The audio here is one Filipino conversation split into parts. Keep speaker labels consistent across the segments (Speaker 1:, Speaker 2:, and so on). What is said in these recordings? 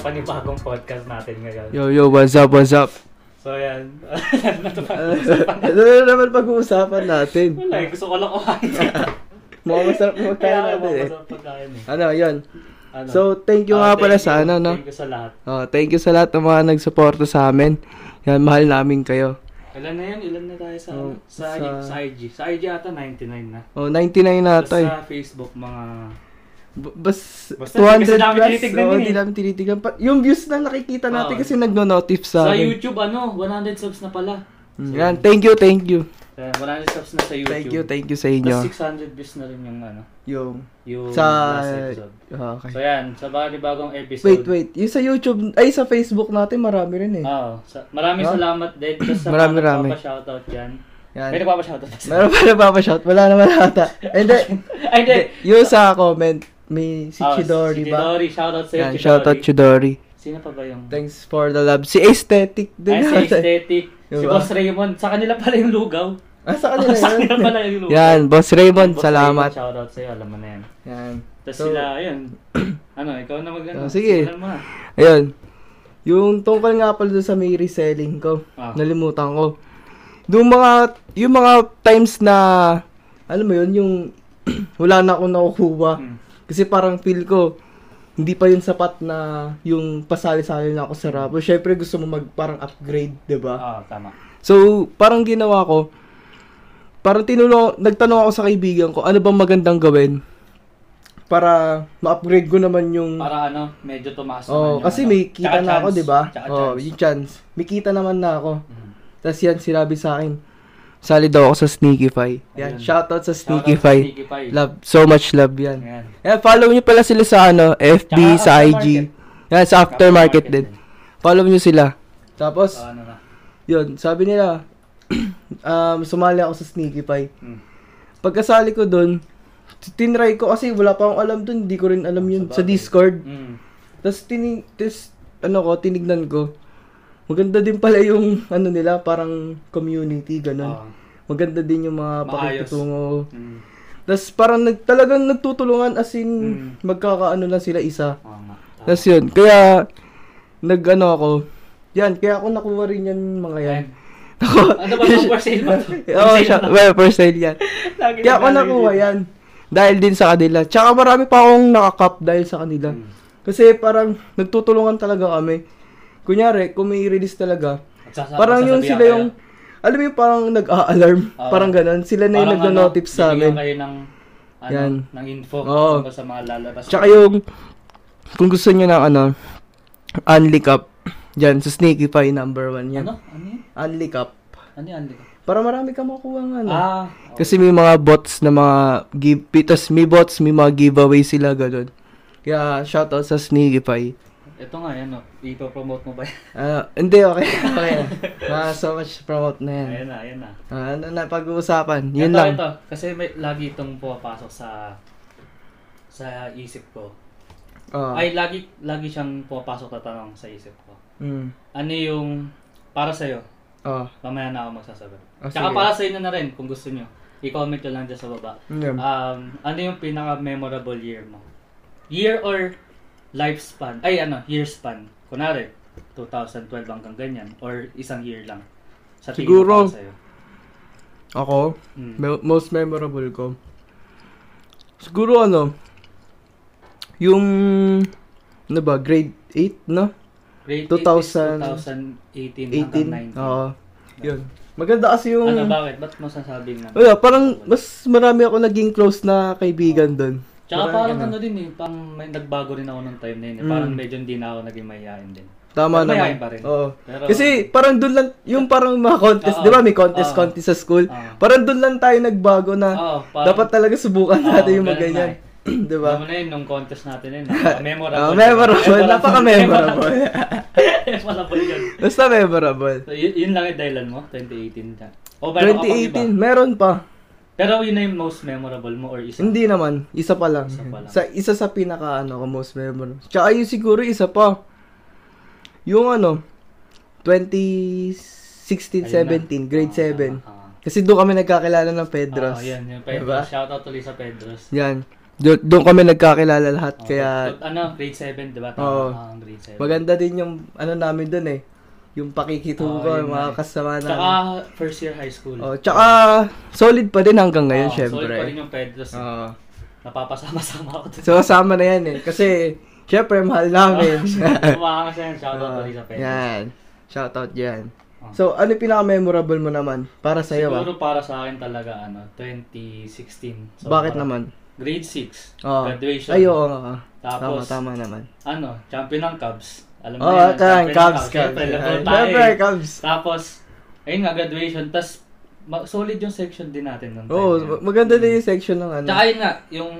Speaker 1: panibagong podcast natin ngayon.
Speaker 2: Yo, yo, what's up, what's up?
Speaker 1: So, yan.
Speaker 2: ano na naman pag-uusapan natin?
Speaker 1: Wala, eh, gusto ko lang kumain.
Speaker 2: Mukhang masarap
Speaker 1: Kaya
Speaker 2: na magkain
Speaker 1: nga
Speaker 2: natin eh.
Speaker 1: masarap pagkain eh.
Speaker 2: Ano, yun.
Speaker 1: Ano?
Speaker 2: So, thank you
Speaker 1: Ah,
Speaker 2: nga pala
Speaker 1: thank
Speaker 2: sa
Speaker 1: you.
Speaker 2: ano, no?
Speaker 1: Thank you sa lahat.
Speaker 2: Oh, thank you sa lahat ng mga nagsuporta sa amin. Yan, mahal namin kayo.
Speaker 1: Ilan na yun? Ilan na tayo sa, ano?
Speaker 2: Oh,
Speaker 1: sa,
Speaker 2: sa-
Speaker 1: sa IG? Sa IG ata 99 na.
Speaker 2: Oh, 99 na
Speaker 1: Tapos
Speaker 2: ata eh.
Speaker 1: sa Facebook mga...
Speaker 2: B- Bas,
Speaker 1: Basta, kasi
Speaker 2: 200
Speaker 1: dami
Speaker 2: plus.
Speaker 1: tinitignan
Speaker 2: oh,
Speaker 1: yun eh.
Speaker 2: hindi namin tinitignan. Pa- yung views na nakikita natin
Speaker 1: Oo.
Speaker 2: kasi nagno-notif sa
Speaker 1: Sa
Speaker 2: amin.
Speaker 1: YouTube ano, 100 subs na pala.
Speaker 2: Mm, Yan, thank you, thank you.
Speaker 1: Ayan, 100 subs na sa YouTube.
Speaker 2: Thank you, thank you sa
Speaker 1: Tapos
Speaker 2: inyo.
Speaker 1: 600 views na rin yung ano,
Speaker 2: Yung,
Speaker 1: yung
Speaker 2: sa, Ah,
Speaker 1: last episode. So
Speaker 2: okay.
Speaker 1: yan, sa bagong episode.
Speaker 2: Wait, wait. Yung sa YouTube, ay sa Facebook natin marami rin eh.
Speaker 1: Oo. sa- maraming
Speaker 2: No?
Speaker 1: salamat din Just sa
Speaker 2: Marami,
Speaker 1: mga
Speaker 2: marami.
Speaker 1: nagpapa-shoutout dyan.
Speaker 2: Yan.
Speaker 1: May nagpapa-shoutout kasi.
Speaker 2: Meron pa nagpapashout? Wala naman ata. And then,
Speaker 1: Ay, hindi.
Speaker 2: yung sa comment, may si
Speaker 1: Oo,
Speaker 2: Chidori
Speaker 1: si
Speaker 2: ba?
Speaker 1: Chidori, shoutout sa'yo,
Speaker 2: Yan,
Speaker 1: Chidori.
Speaker 2: shoutout Chidori.
Speaker 1: Sino pa ba yung...
Speaker 2: Thanks for the love. Si Aesthetic
Speaker 1: Ay,
Speaker 2: din.
Speaker 1: si
Speaker 2: natin.
Speaker 1: Aesthetic. Si
Speaker 2: Diba?
Speaker 1: Boss Raymond. Sa kanila pala yung lugaw.
Speaker 2: Ah, sa kanila
Speaker 1: Oh, sa kanila
Speaker 2: yun.
Speaker 1: pala yung lugaw.
Speaker 2: Yan, Boss Raymond,
Speaker 1: Boss
Speaker 2: salamat.
Speaker 1: Raymond, shoutout sa'yo, alam mo na yan.
Speaker 2: Yan.
Speaker 1: Tapos
Speaker 2: So,
Speaker 1: sila, ayun. Ano, ikaw na mag-ano.
Speaker 2: Oh, sige.
Speaker 1: Simulan mo na.
Speaker 2: Ayun. Yung tungkol nga pala doon sa may reselling ko,
Speaker 1: Ah.
Speaker 2: nalimutan ko. Yung mga, yung mga times na, alam mo yun, yung wala na akong nakukuha.
Speaker 1: Hmm.
Speaker 2: Kasi parang feel ko, hindi pa yun sapat na yung pasali-sali na ako sa rap. Siyempre gusto mo mag parang upgrade, 'di ba?
Speaker 1: Oo, Ah, tama.
Speaker 2: So, parang ginawa ko, parang tinulong, nagtanong ako sa kaibigan ko, ano bang magandang gawin para ma-upgrade ko naman yung
Speaker 1: Para ano, medyo tumaas naman
Speaker 2: Oh,
Speaker 1: yung
Speaker 2: kasi
Speaker 1: ano.
Speaker 2: may kita
Speaker 1: Tsaka
Speaker 2: na ako,
Speaker 1: chance.
Speaker 2: 'di ba?
Speaker 1: Tsaka
Speaker 2: Oh,
Speaker 1: chance.
Speaker 2: yung chance. May kita naman na ako.
Speaker 1: Mhm.
Speaker 2: Tapos yan sinabi sa akin, sali daw ako sa Sneakify. Yan,
Speaker 1: Ayun.
Speaker 2: shoutout
Speaker 1: Shoutout
Speaker 2: sa
Speaker 1: sa
Speaker 2: Sneakify.
Speaker 1: Sneaky Pie.
Speaker 2: Love, so much love yan.
Speaker 1: Ayan.
Speaker 2: Yeah, follow nyo pala sila sa ano, FB,
Speaker 1: Tsaka
Speaker 2: sa
Speaker 1: aftermarket.
Speaker 2: IG. Yan, sa aftermarket din. Follow nyo sila. Tapos,
Speaker 1: So, ano na.
Speaker 2: yun, sabi nila, um, sumali ako sa Sneaky Pie.
Speaker 1: Mm.
Speaker 2: Pagkasali ko dun, t- tinry ko kasi wala pa akong alam dun, hindi ko rin alam yun
Speaker 1: Sa
Speaker 2: sa,
Speaker 1: bagay.
Speaker 2: Discord.
Speaker 1: Mm.
Speaker 2: Tapos, tini- tas, ano ko, tinignan ko. Maganda din pala yung, ano nila, parang community, ganun.
Speaker 1: Oo.
Speaker 2: Maganda din yung mga
Speaker 1: Ah. Maayos.
Speaker 2: pakikitungo.
Speaker 1: Mm.
Speaker 2: Tapos, parang nag, talagang nagtutulungan, as in,
Speaker 1: Mm.
Speaker 2: magkakaano lang sila isa.
Speaker 1: Oo nga. Tama.
Speaker 2: Tapos yun, kaya nag-ano ako. Yan, kaya ako nakuha rin yan mga yan.
Speaker 1: Ayan. Ano ba itong for sale ba ito?
Speaker 2: Oo, siya, well, for sale yan. Kaya ako nakuha yan. Dahil din sa kanila. Tsaka marami pa akong nakakap dahil sa kanila.
Speaker 1: Hmm.
Speaker 2: Kasi parang nagtutulungan talaga kami. Kunyari, kung may release talaga, parang yung sila yung, alam mo yung parang nag-a-alarm.
Speaker 1: Oo. ano,
Speaker 2: parang ganun. Sila na yung nagno-notif sa amin.
Speaker 1: kayo ng, ano,
Speaker 2: Yan.
Speaker 1: ng info
Speaker 2: Oo.
Speaker 1: tungkol sa mga lalabas.
Speaker 2: Tsaka yung, kung gusto nyo ng ano, Unlick Up, dyan, sa Sneakify number one yan.
Speaker 1: Ano? Ano yun?
Speaker 2: Unlick Up.
Speaker 1: Ano yun? Ano yun?
Speaker 2: Para marami ka makuha ng ano.
Speaker 1: Ah.
Speaker 2: Kasi may mga bots na mga give, pitas may bots, may mga giveaway sila ganun. Kaya shoutout sa Sneakify.
Speaker 1: Ito nga yan, no? ipopromote mo ba yan?
Speaker 2: Ah, hindi okay. Okay. na. Ah, so much promote na yan.
Speaker 1: Ayan na, ayan na.
Speaker 2: Ah, ano na pag-uusapan? Yun
Speaker 1: ito,
Speaker 2: lang.
Speaker 1: Ito, kasi may, lagi itong pumapasok sa sa isip ko.
Speaker 2: Ah,
Speaker 1: Ay, lagi, lagi siyang pumapasok na tanong sa isip ko.
Speaker 2: mm.
Speaker 1: Ano yung para sa'yo?
Speaker 2: Ah,
Speaker 1: Mamaya na ako magsasagot.
Speaker 2: Ah,
Speaker 1: Tsaka
Speaker 2: sige.
Speaker 1: para sa inyo na rin kung gusto nyo. I-comment nyo lang dyan sa baba.
Speaker 2: yun.
Speaker 1: Um, ano yung pinaka-memorable year mo? Year or lifespan? Ay, ano, year span. Kunwari, 2012 hanggang ganyan. Or isang year lang. Sa tingin mo
Speaker 2: Siguro.
Speaker 1: para sa'yo.
Speaker 2: Ako,
Speaker 1: Mm.
Speaker 2: me- most memorable ko. Siguro ano, yung, ano ba, grade 8, no?
Speaker 1: Grade
Speaker 2: 2000
Speaker 1: 8 is 2018 hanggang
Speaker 2: 18?
Speaker 1: 19.
Speaker 2: Oo. Yun. Maganda kasi yung...
Speaker 1: Ano, bakit? Ba't mo sasabing na?
Speaker 2: Wala, parang mas marami ako naging close na kaibigan doon.
Speaker 1: Tsaka parang ano din eh, pang may nagbago rin ako ng time na yun eh. Parang
Speaker 2: Mm.
Speaker 1: medyo hindi na ako naging mayayain din.
Speaker 2: Tama
Speaker 1: Pero
Speaker 2: naman.
Speaker 1: mayayain pa rin.
Speaker 2: Oo.
Speaker 1: Pero,
Speaker 2: Kasi parang doon lang, yung parang mga contest,
Speaker 1: Oo.
Speaker 2: di ba may contest,
Speaker 1: Oo.
Speaker 2: contest sa school.
Speaker 1: Oo.
Speaker 2: Parang doon lang tayo nagbago na
Speaker 1: Oo, parang,
Speaker 2: dapat talaga subukan
Speaker 1: Oo,
Speaker 2: natin yung
Speaker 1: ganun
Speaker 2: mga ganyan. di
Speaker 1: diba?
Speaker 2: ba?
Speaker 1: Naman na yun, nung contest natin yun. ah,
Speaker 2: Ah,
Speaker 1: Memorable.
Speaker 2: memorable. Napaka-memorable.
Speaker 1: Memorable yun.
Speaker 2: Basta memorable.
Speaker 1: So, yun, yun lang yung dahilan mo, 2018 ka. Oh, O, meron ka pang iba?
Speaker 2: 2018, meron pa.
Speaker 1: Pero yun na yung most memorable mo or isa.
Speaker 2: Hindi naman, isa pa lang.
Speaker 1: Isa pa lang.
Speaker 2: Sa isa sa pinaka ano ko most memorable. Tsaka yung siguro isa pa. Yung ano 2016
Speaker 1: Ayun na.
Speaker 2: 17 grade
Speaker 1: Ah,
Speaker 2: 7.
Speaker 1: tama, ah.
Speaker 2: Kasi doon kami nagkakilala ng Pedros.
Speaker 1: Oo, yan, yung Pedros.
Speaker 2: Diba?
Speaker 1: Shoutout ulit sa Pedros.
Speaker 2: Yan. Do- doon kami nagkakilala lahat. Kaya
Speaker 1: But ano, grade 7, di ba? Tama
Speaker 2: Oo.
Speaker 1: ka, ang grade 7.
Speaker 2: maganda din yung ano namin doon eh. Yung pakikitubo
Speaker 1: Oo,
Speaker 2: ko,
Speaker 1: yun
Speaker 2: yung mga
Speaker 1: nga eh.
Speaker 2: kasama
Speaker 1: Tsaka
Speaker 2: namin.
Speaker 1: first year high school.
Speaker 2: Oh, tsaka solid pa din hanggang ngayon,
Speaker 1: Oo, Ah,
Speaker 2: syempre. Ah.
Speaker 1: Solid pa rin yung Pedros.
Speaker 2: Oo.
Speaker 1: Napapasama-sama ako dun.
Speaker 2: So, kasama na yan eh. Kasi, syempre, mahal namin.
Speaker 1: Kumakasya, shoutout pa rin sa Pedros.
Speaker 2: yan. Shoutout yan.
Speaker 1: Oh.
Speaker 2: So, ano yung pinaka-memorable mo naman? Para sa'yo ah.
Speaker 1: Siguro para sa akin talaga, ano, 2016. So,
Speaker 2: Bakit Ah.
Speaker 1: parang
Speaker 2: naman?
Speaker 1: Grade 6,
Speaker 2: Oo.
Speaker 1: graduation.
Speaker 2: Ay, oo nga. Tama,
Speaker 1: Tapos,
Speaker 2: tama naman.
Speaker 1: ano, champion ng Cubs. Alam mo
Speaker 2: Oo,
Speaker 1: yun,
Speaker 2: oh, kan,
Speaker 1: champion ng
Speaker 2: Cubs, Cubs.
Speaker 1: Siyempre, level
Speaker 2: Ayan.
Speaker 1: tayo
Speaker 2: Siyempre,
Speaker 1: eh.
Speaker 2: Cubs.
Speaker 1: Tapos, ayun nga, graduation. Tapos, ma- solid yung section din natin ng time.
Speaker 2: Oo,
Speaker 1: na yun.
Speaker 2: ma- maganda din yung section ng Oh, ano.
Speaker 1: Tsaka yun nga, yung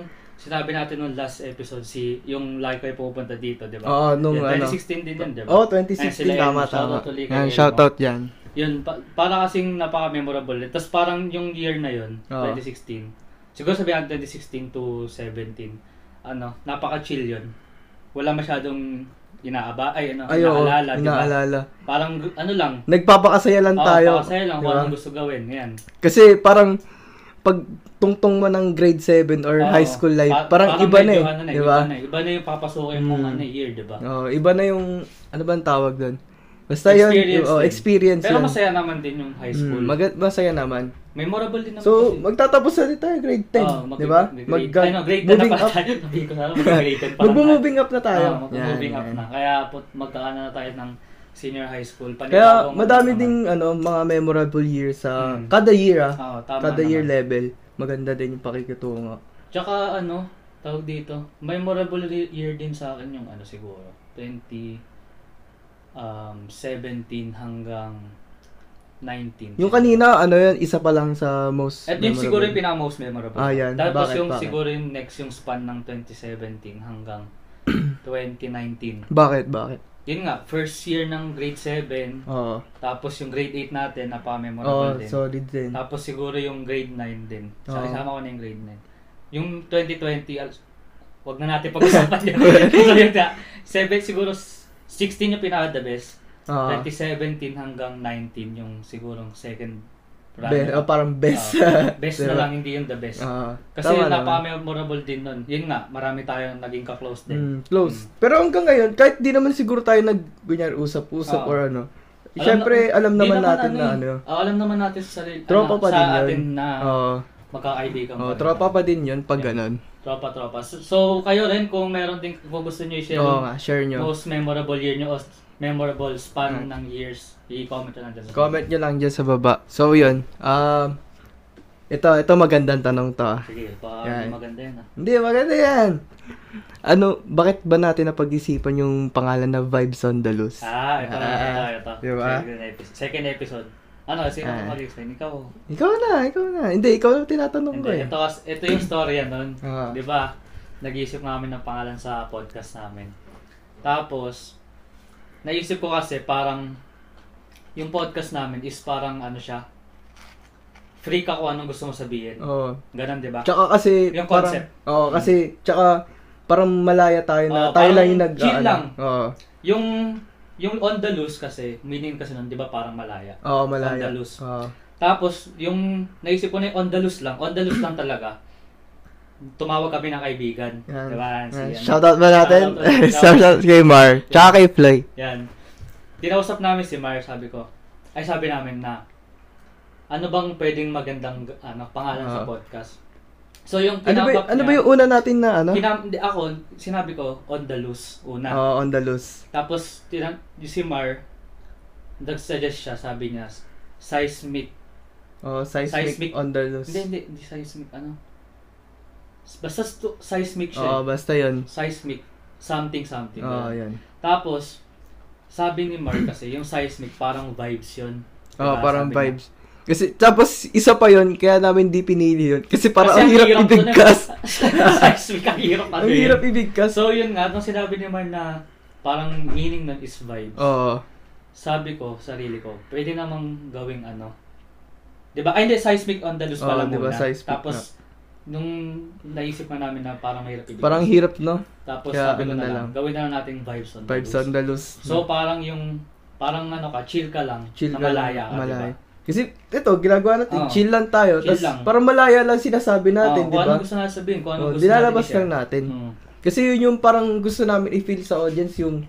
Speaker 1: sinabi natin nung last episode, si yung like kayo pupunta dito, di ba?
Speaker 2: Oo, nung
Speaker 1: Yun,
Speaker 2: ano.
Speaker 1: 2016 din yun, di ba?
Speaker 2: Oo, oh,
Speaker 1: Ayun, sila
Speaker 2: 2016,
Speaker 1: yun,
Speaker 2: tama,
Speaker 1: shoutout
Speaker 2: tama.
Speaker 1: ulit kay
Speaker 2: Yan,
Speaker 1: Elmo.
Speaker 2: shoutout yan.
Speaker 1: Yun, pa- para kasing napaka-memorable. Tapos parang yung year na yun,
Speaker 2: Oo.
Speaker 1: 2016. Siguro sabihan 2016 to 17. Ano, napaka-chill yun. Wala masyadong inaaba, ay ano,
Speaker 2: Ay, oo,
Speaker 1: inaalala, di ba?
Speaker 2: inaalala.
Speaker 1: Parang gu- ano lang,
Speaker 2: Nagpapakasaya lang
Speaker 1: Oo,
Speaker 2: tayo.
Speaker 1: pakasaya lang
Speaker 2: di
Speaker 1: kung
Speaker 2: ba?
Speaker 1: anong gusto gawin. Yan.
Speaker 2: Kasi parang pag tungtong mo ng grade 7 or
Speaker 1: Oo.
Speaker 2: high school life,
Speaker 1: Pa-
Speaker 2: parang, iba na
Speaker 1: medyo
Speaker 2: eh,
Speaker 1: ano
Speaker 2: di ba?
Speaker 1: Iba na, eh. iba na yung papasukin mong ano, year, di ba?
Speaker 2: Oh, iba na yung ano ba ang tawag doon? Basta yun,
Speaker 1: Experience
Speaker 2: oh,
Speaker 1: din.
Speaker 2: experience
Speaker 1: Pero
Speaker 2: yun.
Speaker 1: masaya naman din yung high school.
Speaker 2: Mm, mag- masaya naman.
Speaker 1: Memorable din naman.
Speaker 2: So,
Speaker 1: kasi.
Speaker 2: magtatapos na din tayo grade 10,
Speaker 1: Oo, mag-
Speaker 2: di ba?
Speaker 1: Mag- ay, no, grade 10 na
Speaker 2: moving
Speaker 1: pala
Speaker 2: up.
Speaker 1: tayo. Sabi ko sana, mag-grade 10 pa lang tayo.
Speaker 2: Magmo-moving up na tayo.
Speaker 1: Oo, mag-moving
Speaker 2: Yan,
Speaker 1: up
Speaker 2: yan.
Speaker 1: na. Kaya put- magkaano na tayo ng senior high school.
Speaker 2: Kaya
Speaker 1: Panibagong-
Speaker 2: madami
Speaker 1: ano,
Speaker 2: ding ano mga memorable years sa
Speaker 1: Mm.
Speaker 2: kada year ah.
Speaker 1: Oo, tama
Speaker 2: kada year
Speaker 1: naman.
Speaker 2: level. Maganda din yung pakikitungo.
Speaker 1: Tsaka ano, tawag dito, memorable re- year din sa akin yung ano siguro, 20 um 17 hanggang 19.
Speaker 2: Yung kanina ano yun, isa pa lang sa most
Speaker 1: At yun siguro yung pinaka-most memorable.
Speaker 2: Ah, yan.
Speaker 1: Tapos
Speaker 2: Bakit,
Speaker 1: yung
Speaker 2: bakit?
Speaker 1: siguro yung next yung span ng 2017 hanggang 2019.
Speaker 2: Bakit? Bakit?
Speaker 1: Yun nga, first year ng grade 7,
Speaker 2: Oo.
Speaker 1: tapos yung grade 8 natin,
Speaker 2: Oo,
Speaker 1: napaka-memorable din.
Speaker 2: solid din.
Speaker 1: Tapos siguro yung grade 9 din. Sa
Speaker 2: Oo.
Speaker 1: isama ko na yung grade 9. Yung 2020, al- wag na natin pag-usapan yan. so, yun na. Seven, siguro, s- 16 yung pinaka-the best.
Speaker 2: Oo.
Speaker 1: 2017 hanggang 19 yung sigurong second
Speaker 2: Be- oh,
Speaker 1: runner-up.
Speaker 2: parang best.
Speaker 1: Ah, best na
Speaker 2: Diba?
Speaker 1: lang, hindi yung the best.
Speaker 2: Ah,
Speaker 1: Kasi yun,
Speaker 2: tama naman.
Speaker 1: napaka-memorable din nun. Yun nga, marami tayong naging ka-close din.
Speaker 2: Mm, close. Pero hanggang ngayon, kahit di naman siguro tayo nag kunyari, usap-usap
Speaker 1: Oo.
Speaker 2: or ano. Siyempre,
Speaker 1: di
Speaker 2: alam naman natin na
Speaker 1: eh.
Speaker 2: ano.
Speaker 1: Ah, alam naman natin sa sarili.
Speaker 2: Tropa
Speaker 1: ano,
Speaker 2: pa
Speaker 1: sa
Speaker 2: din yun.
Speaker 1: atin na
Speaker 2: Oo.
Speaker 1: magka-kaibigan
Speaker 2: Oo,
Speaker 1: pa rin.
Speaker 2: tropa pa din yun pag ganun.
Speaker 1: Tropa, tropa. So, so, kayo rin, kung meron din, kung gusto nyo i-share
Speaker 2: Oo
Speaker 1: yung
Speaker 2: nga, share nyo.
Speaker 1: most memorable year nyo, o memorable span
Speaker 2: Mm.
Speaker 1: ng years, i-comment na lang dyan. sa-
Speaker 2: Comment nyo lang dyan sa baba. So, yun. Um, ito, ito magandang tanong to. ah.
Speaker 1: Sige, baka
Speaker 2: Yan.
Speaker 1: maganda yan. ah.
Speaker 2: Hindi, maganda yan. Ano, bakit ba natin napag-isipan yung pangalan na Vibes on the Loose?
Speaker 1: Ah, ito na
Speaker 2: Ah,
Speaker 1: tayo, ito.
Speaker 2: diba?
Speaker 1: Second episode. Second episode. Ano, sino
Speaker 2: Ah.
Speaker 1: ang mag-explain? Ikaw.
Speaker 2: Ikaw na, ikaw na. Hindi, ikaw na tinatanong ko
Speaker 1: Hindi,
Speaker 2: eh.
Speaker 1: ito, kas- ito yung story yan nun.
Speaker 2: Ah.
Speaker 1: Di ba? Nag-iisip namin ng pangalan sa podcast namin. Tapos, naisip ko kasi parang, yung podcast namin is parang ano siya, free ka kung anong gusto mo sabihin.
Speaker 2: Oo.
Speaker 1: Ganon, di ba?
Speaker 2: Tsaka kasi
Speaker 1: Yung
Speaker 2: parang
Speaker 1: concept. Mm.
Speaker 2: Oo, kasi tsaka parang malaya tayo na
Speaker 1: Oo,
Speaker 2: tayo lang
Speaker 1: parang
Speaker 2: yung nag
Speaker 1: chill
Speaker 2: ano,
Speaker 1: lang.
Speaker 2: Oo.
Speaker 1: Yung yung on the loose kasi, meaning kasi nun, 'di ba, parang malaya.
Speaker 2: Oo, malaya.
Speaker 1: On the loose.
Speaker 2: Oo.
Speaker 1: Tapos yung naisip ko na yung on the loose lang, on the loose lang talaga. Tumawag kami ng kaibigan,
Speaker 2: Yan.
Speaker 1: 'di ba? Si
Speaker 2: Yan.
Speaker 1: ano.
Speaker 2: Shoutout ba natin?
Speaker 1: Shoutout ulit.
Speaker 2: Shoutout kay Mar. Tsaka kay Floy.
Speaker 1: Yan. Dinausap namin si Mar, sabi ko. Ay sabi namin na ano bang pwedeng magandang ano pangalan sa
Speaker 2: Oo.
Speaker 1: podcast. So yung
Speaker 2: Ah. Ano ba,
Speaker 1: kinabak
Speaker 2: ano ba
Speaker 1: niya,
Speaker 2: yung una Ah. natin na ano?
Speaker 1: kinam- hindi, ako, sinabi ko, on the loose, una.
Speaker 2: Oo, on the loose.
Speaker 1: Tapos, tinang, yung si Mar, nag-suggest siya, sabi niya, seismic.
Speaker 2: Oo, seismic,
Speaker 1: Seismic.
Speaker 2: on the loose.
Speaker 1: Hindi, hindi, hindi seismic, ano? Basta stu- seismic
Speaker 2: Oo,
Speaker 1: siya. Diba? eh.
Speaker 2: basta yun.
Speaker 1: Seismic, something, something.
Speaker 2: Oo,
Speaker 1: ganun.
Speaker 2: yun.
Speaker 1: Tapos, sabi ni Mar kasi, yung seismic, parang vibes yun.
Speaker 2: Oo,
Speaker 1: Diba?
Speaker 2: parang
Speaker 1: Sabi niya.
Speaker 2: vibes. Kasi, tapos, isa pa yun, kaya namin di pinili yun. Kasi parang
Speaker 1: Kasi
Speaker 2: ang hirap
Speaker 1: ko na-
Speaker 2: ibigkas.
Speaker 1: seismic, ang hirap. ano
Speaker 2: Ang
Speaker 1: eh. yun.
Speaker 2: hirap ibigkas.
Speaker 1: So, yun nga, nung sinabi ni Mar na parang meaning nun is vibes.
Speaker 2: Oo.
Speaker 1: sabi ko, sarili ko, pwede namang gawing ano. 'Di ba? Ay, hindi, seismic on the loose
Speaker 2: Oo,
Speaker 1: pala
Speaker 2: di ba,
Speaker 1: muna.
Speaker 2: seismic
Speaker 1: Tapos, nung naisip na namin na parang mahirap ibigay.
Speaker 2: Parang hirap, no?
Speaker 1: Tapos
Speaker 2: kaya
Speaker 1: sabi ko na
Speaker 2: ano na
Speaker 1: lang,
Speaker 2: lang.
Speaker 1: gawin na lang nating vibes on the
Speaker 2: Vibes
Speaker 1: loose.
Speaker 2: on the loose.
Speaker 1: So, parang yung, parang ano ka, chill ka lang,
Speaker 2: Chill
Speaker 1: na
Speaker 2: ka lang,
Speaker 1: malaya ka, diba?
Speaker 2: malaya.
Speaker 1: di ba?
Speaker 2: Kasi ito, ginagawa natin,
Speaker 1: Oo.
Speaker 2: chill lang tayo.
Speaker 1: Chill
Speaker 2: Tapos
Speaker 1: lang.
Speaker 2: parang malaya lang sinasabi natin,
Speaker 1: Oo,
Speaker 2: di
Speaker 1: kung
Speaker 2: ba?
Speaker 1: ano gusto natin sabihin, kung ano
Speaker 2: Oo,
Speaker 1: gusto
Speaker 2: dilalabas
Speaker 1: i-share.
Speaker 2: lang natin.
Speaker 1: Mm.
Speaker 2: Kasi yun yung parang gusto namin i-feel sa audience yung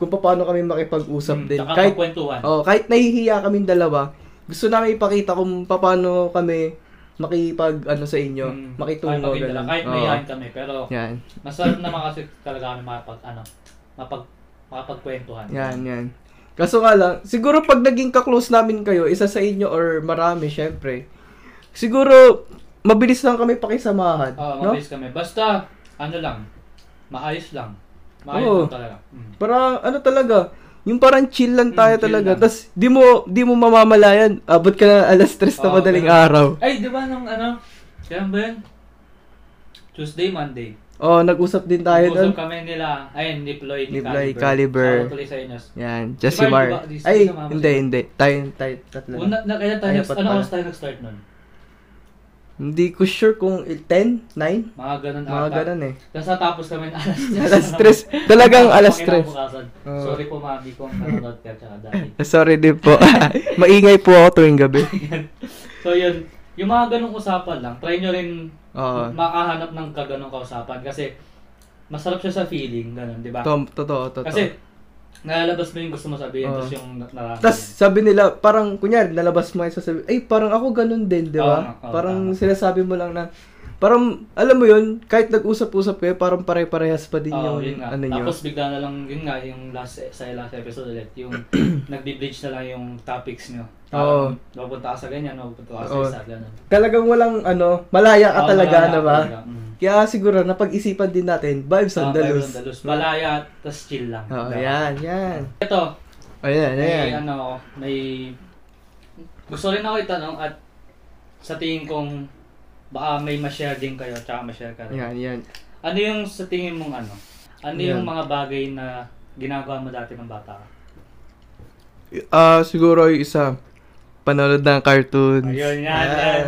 Speaker 2: kung paano kami makipag-usap
Speaker 1: Mm,
Speaker 2: din.
Speaker 1: tsaka
Speaker 2: Kahit,
Speaker 1: kwentuhan.
Speaker 2: oh, kahit nahihiya kaming dalawa, gusto namin ipakita kung paano kami makipag ano sa inyo,
Speaker 1: Mm,
Speaker 2: makitungo.
Speaker 1: Kahit,
Speaker 2: ganun.
Speaker 1: ganun. kahit
Speaker 2: Oo.
Speaker 1: mayayain kami, pero
Speaker 2: Yan,
Speaker 1: masarap naman kasi talaga kami makapag, ano, mapag, makapagkwentuhan.
Speaker 2: yan, yan. Kaso nga lang, siguro pag naging kaklose namin kayo, isa sa inyo or marami, syempre, siguro mabilis lang kami pakisamahan.
Speaker 1: Oo,
Speaker 2: no?
Speaker 1: mabilis kami. Basta, ano lang, maayos lang. Maayos
Speaker 2: Oo.
Speaker 1: lang talaga. Mm.
Speaker 2: Para ano talaga, yung parang chill lang
Speaker 1: Mm,
Speaker 2: tayo
Speaker 1: chill
Speaker 2: talaga.
Speaker 1: lang.
Speaker 2: Tapos di mo di mo mamamalayan. Abot ka na alas 3 na
Speaker 1: Oo,
Speaker 2: madaling
Speaker 1: ganun.
Speaker 2: araw.
Speaker 1: Ay, di ba nung ano, kailan ba yun? Tuesday, Monday.
Speaker 2: Oh, nag-usap din tayo doon.
Speaker 1: Nag-usap kami nila, ayun, deploy ni
Speaker 2: Deploy, Caliber.
Speaker 1: Caliber. Shout out ulit sa inyo.
Speaker 2: Yan,
Speaker 1: Di
Speaker 2: Jesse
Speaker 1: ba,
Speaker 2: Mar.
Speaker 1: di ba, di-
Speaker 2: Ay,
Speaker 1: di- di-
Speaker 2: hindi, hindi. Tayo, tayo, tatlo. lang.
Speaker 1: Una, na, kailan tayo,
Speaker 2: Ay,
Speaker 1: next,
Speaker 2: apat
Speaker 1: ano
Speaker 2: pala.
Speaker 1: oras tayo nag-start nun?
Speaker 2: Hindi ko sure kung 10, 9,
Speaker 1: Mga ganun
Speaker 2: mga ganun eh.
Speaker 1: Tapos natapos kami ng alas 3.
Speaker 2: Alas 3. Talagang alas 3. Oo.
Speaker 1: Sorry po, Mami, kung nanonood ka tsaka dati.
Speaker 2: Eh, Sorry din po. Maingay po ako tuwing gabi.
Speaker 1: So yun, yung mga ganong usapan lang, try nyo rin
Speaker 2: Oo.
Speaker 1: makahanap ng kaganong kausapan kasi masarap siya sa feeling, ganun, di ba?
Speaker 2: Tom, totoo, totoo.
Speaker 1: Kasi nalalabas mo yung gusto mo sabihin,
Speaker 2: Oo.
Speaker 1: tapos yung na- nararamdaman.
Speaker 2: Tapos sabi nila, parang kunyari, nalabas mo yung sasabi, ay parang ako ganun din, di ba?
Speaker 1: Oo, oo,
Speaker 2: parang
Speaker 1: tama.
Speaker 2: sinasabi mo lang na, parang, alam mo yun, kahit nag-usap-usap kayo, parang pare-parehas pa din
Speaker 1: Oo,
Speaker 2: yung,
Speaker 1: yun nga.
Speaker 2: ano nyo.
Speaker 1: Tapos bigla na lang, yun nga, yung last, sa last episode ulit, yung nagbi-bridge na lang yung topics nyo.
Speaker 2: Oo.
Speaker 1: Parang, mapunta ka sa ganyan, mapunta ka sa
Speaker 2: Oo.
Speaker 1: isa, ganun.
Speaker 2: Talagang walang, ano, malaya ka
Speaker 1: Oo,
Speaker 2: talaga,
Speaker 1: malaya
Speaker 2: ano
Speaker 1: ka
Speaker 2: ba?
Speaker 1: talaga, mm.
Speaker 2: Kaya siguro, napag-isipan din natin, vibes
Speaker 1: Mga
Speaker 2: and
Speaker 1: Byron
Speaker 2: Dalus.
Speaker 1: Dalus. Ah, Malaya, tapos chill lang.
Speaker 2: Oo,
Speaker 1: Diba?
Speaker 2: yan, yan.
Speaker 1: Ito,
Speaker 2: O, yan, Oh, yan.
Speaker 1: may ano, may gusto rin ako itanong at sa tingin kong baka may ma-share din kayo tsaka ma-share ka rin.
Speaker 2: Yan, yan.
Speaker 1: Ano yung sa tingin mong ano? Ano yung mga bagay na ginagawa mo dati ng bata ka?
Speaker 2: Ah, siguro yung isa, panonood ng cartoons.
Speaker 1: Ayun, yan, yan.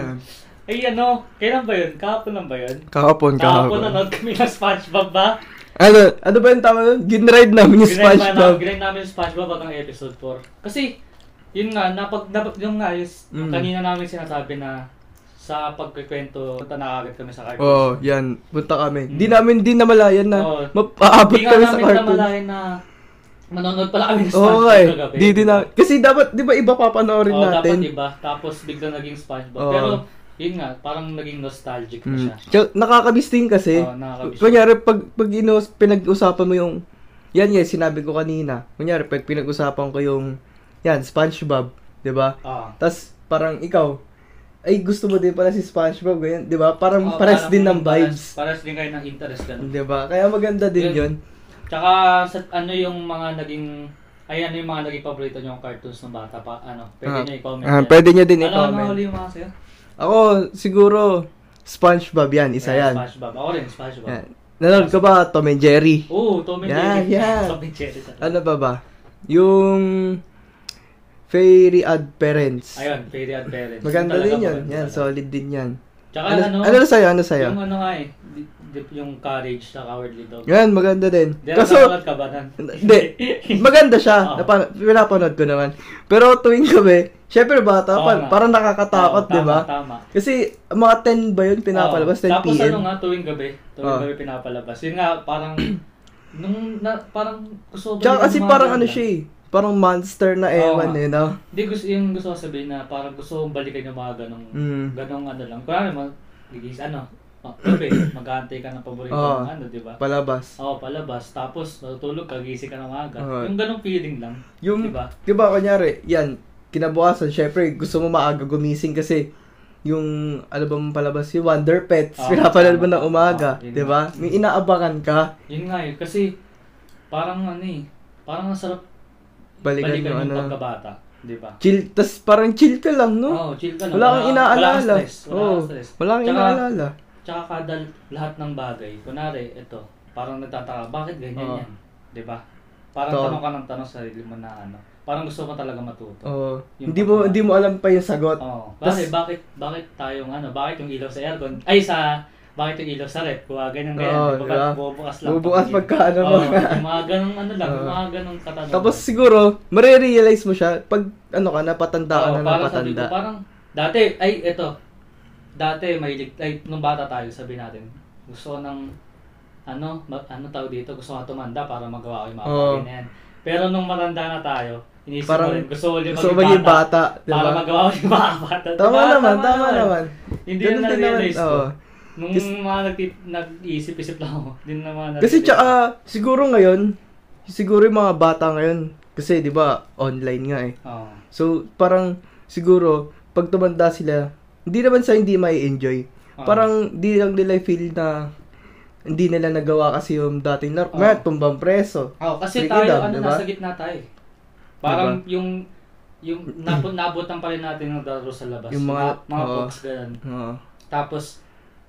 Speaker 1: Ay ano, kailan ba yun? Kahapon lang ba yun?
Speaker 2: Kahapon,
Speaker 1: Kahapon ano? nanood kami ng SpongeBob ba?
Speaker 2: Ano, ano ba yung tama nun? Ginride namin yung
Speaker 1: Grind namin-
Speaker 2: SpongeBob.
Speaker 1: Grind namin yung SpongeBob hanggang episode 4. Kasi, yun nga, napag, napag yung nga, yung,
Speaker 2: Mm.
Speaker 1: kanina namin sinasabi na sa pagkikwento, punta na agad kami sa cartoons.
Speaker 2: Oo, oh, yan. Punta kami.
Speaker 1: Mm.
Speaker 2: Di namin, di namalayan na
Speaker 1: Oo.
Speaker 2: mapaabot
Speaker 1: Hindi nga
Speaker 2: kami sa
Speaker 1: namin
Speaker 2: cartoon.
Speaker 1: namalayan na manonood pala kami ng
Speaker 2: Oo
Speaker 1: SpongeBob
Speaker 2: nga eh.
Speaker 1: kagabi.
Speaker 2: Di, di na. Kasi dapat, di ba iba papanoorin
Speaker 1: Oo,
Speaker 2: natin?
Speaker 1: dapat iba. Tapos biglang naging SpongeBob.
Speaker 2: Oo.
Speaker 1: Pero, yun nga, parang naging nostalgic na
Speaker 2: Mm.
Speaker 1: siya.
Speaker 2: Tsaka, nakakabisting kasi.
Speaker 1: Oo, nakakabisting.
Speaker 2: Kunyari, pag, pag ino- pinag-usapan mo yung, yan nga, sinabi ko kanina. Kunyari, pag pinag-usapan ko yung, yan, Spongebob. Di ba?
Speaker 1: Ah.
Speaker 2: Tapos, parang ikaw, ay gusto mo din pala si Spongebob, ganyan. Di ba? Parang
Speaker 1: Oo,
Speaker 2: pares
Speaker 1: Ah, parang
Speaker 2: din ng
Speaker 1: pares-
Speaker 2: vibes.
Speaker 1: Pares din kayo ng interest. Ganun.
Speaker 2: Di ba? Kaya maganda din
Speaker 1: Yun.
Speaker 2: yun.
Speaker 1: Tsaka sa, ano yung mga naging ay ano yung mga naging paborito niyo yung cartoons ng bata pa ano pwede
Speaker 2: Ah,
Speaker 1: niyo i-comment.
Speaker 2: ah,
Speaker 1: yan.
Speaker 2: pwede niyo din
Speaker 1: Ano,
Speaker 2: i-comment.
Speaker 1: Ano huli yung mga sa'yo?
Speaker 2: Ako, siguro, Spongebob yan, isa
Speaker 1: Ayan,
Speaker 2: yan.
Speaker 1: SpongeBob. Ako rin SpongeBob.
Speaker 2: Yan. Nanood ka ba, Tom and Jerry?
Speaker 1: Oo, Tom and
Speaker 2: Yan,
Speaker 1: Jerry.
Speaker 2: yan.
Speaker 1: Tom and Jerry talaga.
Speaker 2: Ano ba ba? Yung Fairy Odd Parents.
Speaker 1: Ayun, Fairy Odd Parents.
Speaker 2: Maganda
Speaker 1: Talaga
Speaker 2: din yan.
Speaker 1: maganda
Speaker 2: Yan,
Speaker 1: talaga.
Speaker 2: solid din yan.
Speaker 1: Tsaka
Speaker 2: ano,
Speaker 1: ano,
Speaker 2: ano sa'yo? Ano sa'yo?
Speaker 1: Yung ano nga eh, di- di- yung Courage sa Cowardly Dog.
Speaker 2: Yan, maganda din.
Speaker 1: Di Ah. na
Speaker 2: Kaso,
Speaker 1: ka ba nun?
Speaker 2: hindi. Maganda siya.
Speaker 1: Oo.
Speaker 2: Napa, pinapanood ko naman. Pero tuwing gabi, syempre bata
Speaker 1: Oo
Speaker 2: pa,
Speaker 1: nga.
Speaker 2: parang nakakatakot,
Speaker 1: Oo,
Speaker 2: di ba?
Speaker 1: Tama, tama.
Speaker 2: Kasi mga 10 ba yun pinapalabas?
Speaker 1: Oo.
Speaker 2: 10
Speaker 1: Tapos
Speaker 2: p.m.
Speaker 1: ano nga, tuwing gabi. Tuwing
Speaker 2: Oo.
Speaker 1: gabi pinapalabas. Yun nga, parang, nung, na, parang gusto ko ba
Speaker 2: Tsaka
Speaker 1: yung
Speaker 2: kasi
Speaker 1: mga
Speaker 2: parang ano
Speaker 1: ganun?
Speaker 2: siya eh. Parang monster na
Speaker 1: Oo.
Speaker 2: ewan eh, no?
Speaker 1: Hindi gusto, yung gusto ko sabihin na parang gusto kong balikan yung mga ganong,
Speaker 2: Mm.
Speaker 1: ganong ano lang. Kaya naman, gigis, ano, oh, gabi, mag-aantay ka ng paborito
Speaker 2: Oo.
Speaker 1: ng ano, di ba?
Speaker 2: Palabas.
Speaker 1: Oo, palabas. Tapos, natutulog ka, gising ka ng aga.
Speaker 2: Oo.
Speaker 1: Yung ganong feeling lang.
Speaker 2: Yung,
Speaker 1: Di ba?
Speaker 2: di ba, kunyari, yan, kinabukasan, syempre, gusto mo maaga gumising kasi yung, ano ba mong palabas, yung Wonder Pets,
Speaker 1: Ah,
Speaker 2: pinapanood mo
Speaker 1: tama.
Speaker 2: na umaga,
Speaker 1: Ah, yun
Speaker 2: di ba?
Speaker 1: nga.
Speaker 2: May inaabangan ka,
Speaker 1: Yun nga eh, kasi parang ano eh, parang ang sarap
Speaker 2: balikan, mo,
Speaker 1: balikan yung
Speaker 2: ano.
Speaker 1: pagkabata, di ba?
Speaker 2: Chill, tas parang chill ka lang, no?
Speaker 1: Oo, Oh, chill ka lang.
Speaker 2: wala kang inaalala.
Speaker 1: Wala kang stress. Wala
Speaker 2: Oo,
Speaker 1: kang stress.
Speaker 2: wala kang
Speaker 1: Tsaka-
Speaker 2: inaalala.
Speaker 1: Tsaka kada lahat ng bagay, kunwari, ito, parang nagtataka, bakit ganyan
Speaker 2: Oo.
Speaker 1: yan? Di ba? Parang
Speaker 2: Oh. Totoo.
Speaker 1: tanong ka ng tanong sa sarili mo na ano. Parang gusto mo talaga matuto.
Speaker 2: Oo.
Speaker 1: Yung
Speaker 2: Hindi mo,
Speaker 1: pagkabata.
Speaker 2: hindi mo alam pa yung sagot.
Speaker 1: Oo.
Speaker 2: Oh. Tas-
Speaker 1: Bakit, bakit, bakit tayong ano, bakit yung ilaw sa aircon, ay sa bakit yung ilaw sa rep? Kuha ganyan
Speaker 2: Oo,
Speaker 1: ganyan. Diba,
Speaker 2: diba?
Speaker 1: Bubukas lang.
Speaker 2: Bubukas pagka ano
Speaker 1: Oo,
Speaker 2: mga.
Speaker 1: yung mga ganong ano lang, yung
Speaker 2: Oo.
Speaker 1: mga ganong katanungan.
Speaker 2: Tapos siguro, marirealize mo siya pag ano ka, napatanda ka
Speaker 1: Oo, parang
Speaker 2: na
Speaker 1: sabi
Speaker 2: napatanda.
Speaker 1: ko, parang, dati, ay, eto, dati, mahilig, ay, nung bata tayo, sabi natin, gusto ko ng, ano, ma- ano tao dito, gusto ko tumanda para magawa ko yung mga
Speaker 2: Oo.
Speaker 1: bagay na yan. Pero nung matanda na tayo, iniisip
Speaker 2: Parang
Speaker 1: ko rin, gusto ko ulit
Speaker 2: gusto ko
Speaker 1: maging
Speaker 2: maging
Speaker 1: bata.
Speaker 2: bata, di
Speaker 1: Para
Speaker 2: ba?
Speaker 1: magawa ko yung mga bata.
Speaker 2: Tama
Speaker 1: Diba?
Speaker 2: naman, tama naman.
Speaker 1: Hindi
Speaker 2: Ganun
Speaker 1: na
Speaker 2: din naman,
Speaker 1: na-realize ko.
Speaker 2: oo.
Speaker 1: Nung
Speaker 2: Kasi-
Speaker 1: mga nagti- nag-iisip-isip lang ako, hindi naman na-realize.
Speaker 2: Kasi tsaka, siguro ngayon, siguro yung mga bata ngayon, kasi di ba, online nga eh.
Speaker 1: Oo.
Speaker 2: So, parang siguro, pag tumanda sila, hindi naman sa hindi may enjoy.
Speaker 1: Oo.
Speaker 2: Parang di lang nila feel na hindi nila nagawa kasi yung dating nar-
Speaker 1: Oo.
Speaker 2: Ngayon, tumbang preso.
Speaker 1: Oh, kasi
Speaker 2: Freaking
Speaker 1: tayo
Speaker 2: dumb,
Speaker 1: ano
Speaker 2: diba?
Speaker 1: nasa gitna tayo. eh. Parang yung yung napun nabutan pa rin natin ng daro sa labas.
Speaker 2: Yung mga-
Speaker 1: mga
Speaker 2: oo.
Speaker 1: folks ganun.
Speaker 2: Oo.
Speaker 1: Tapos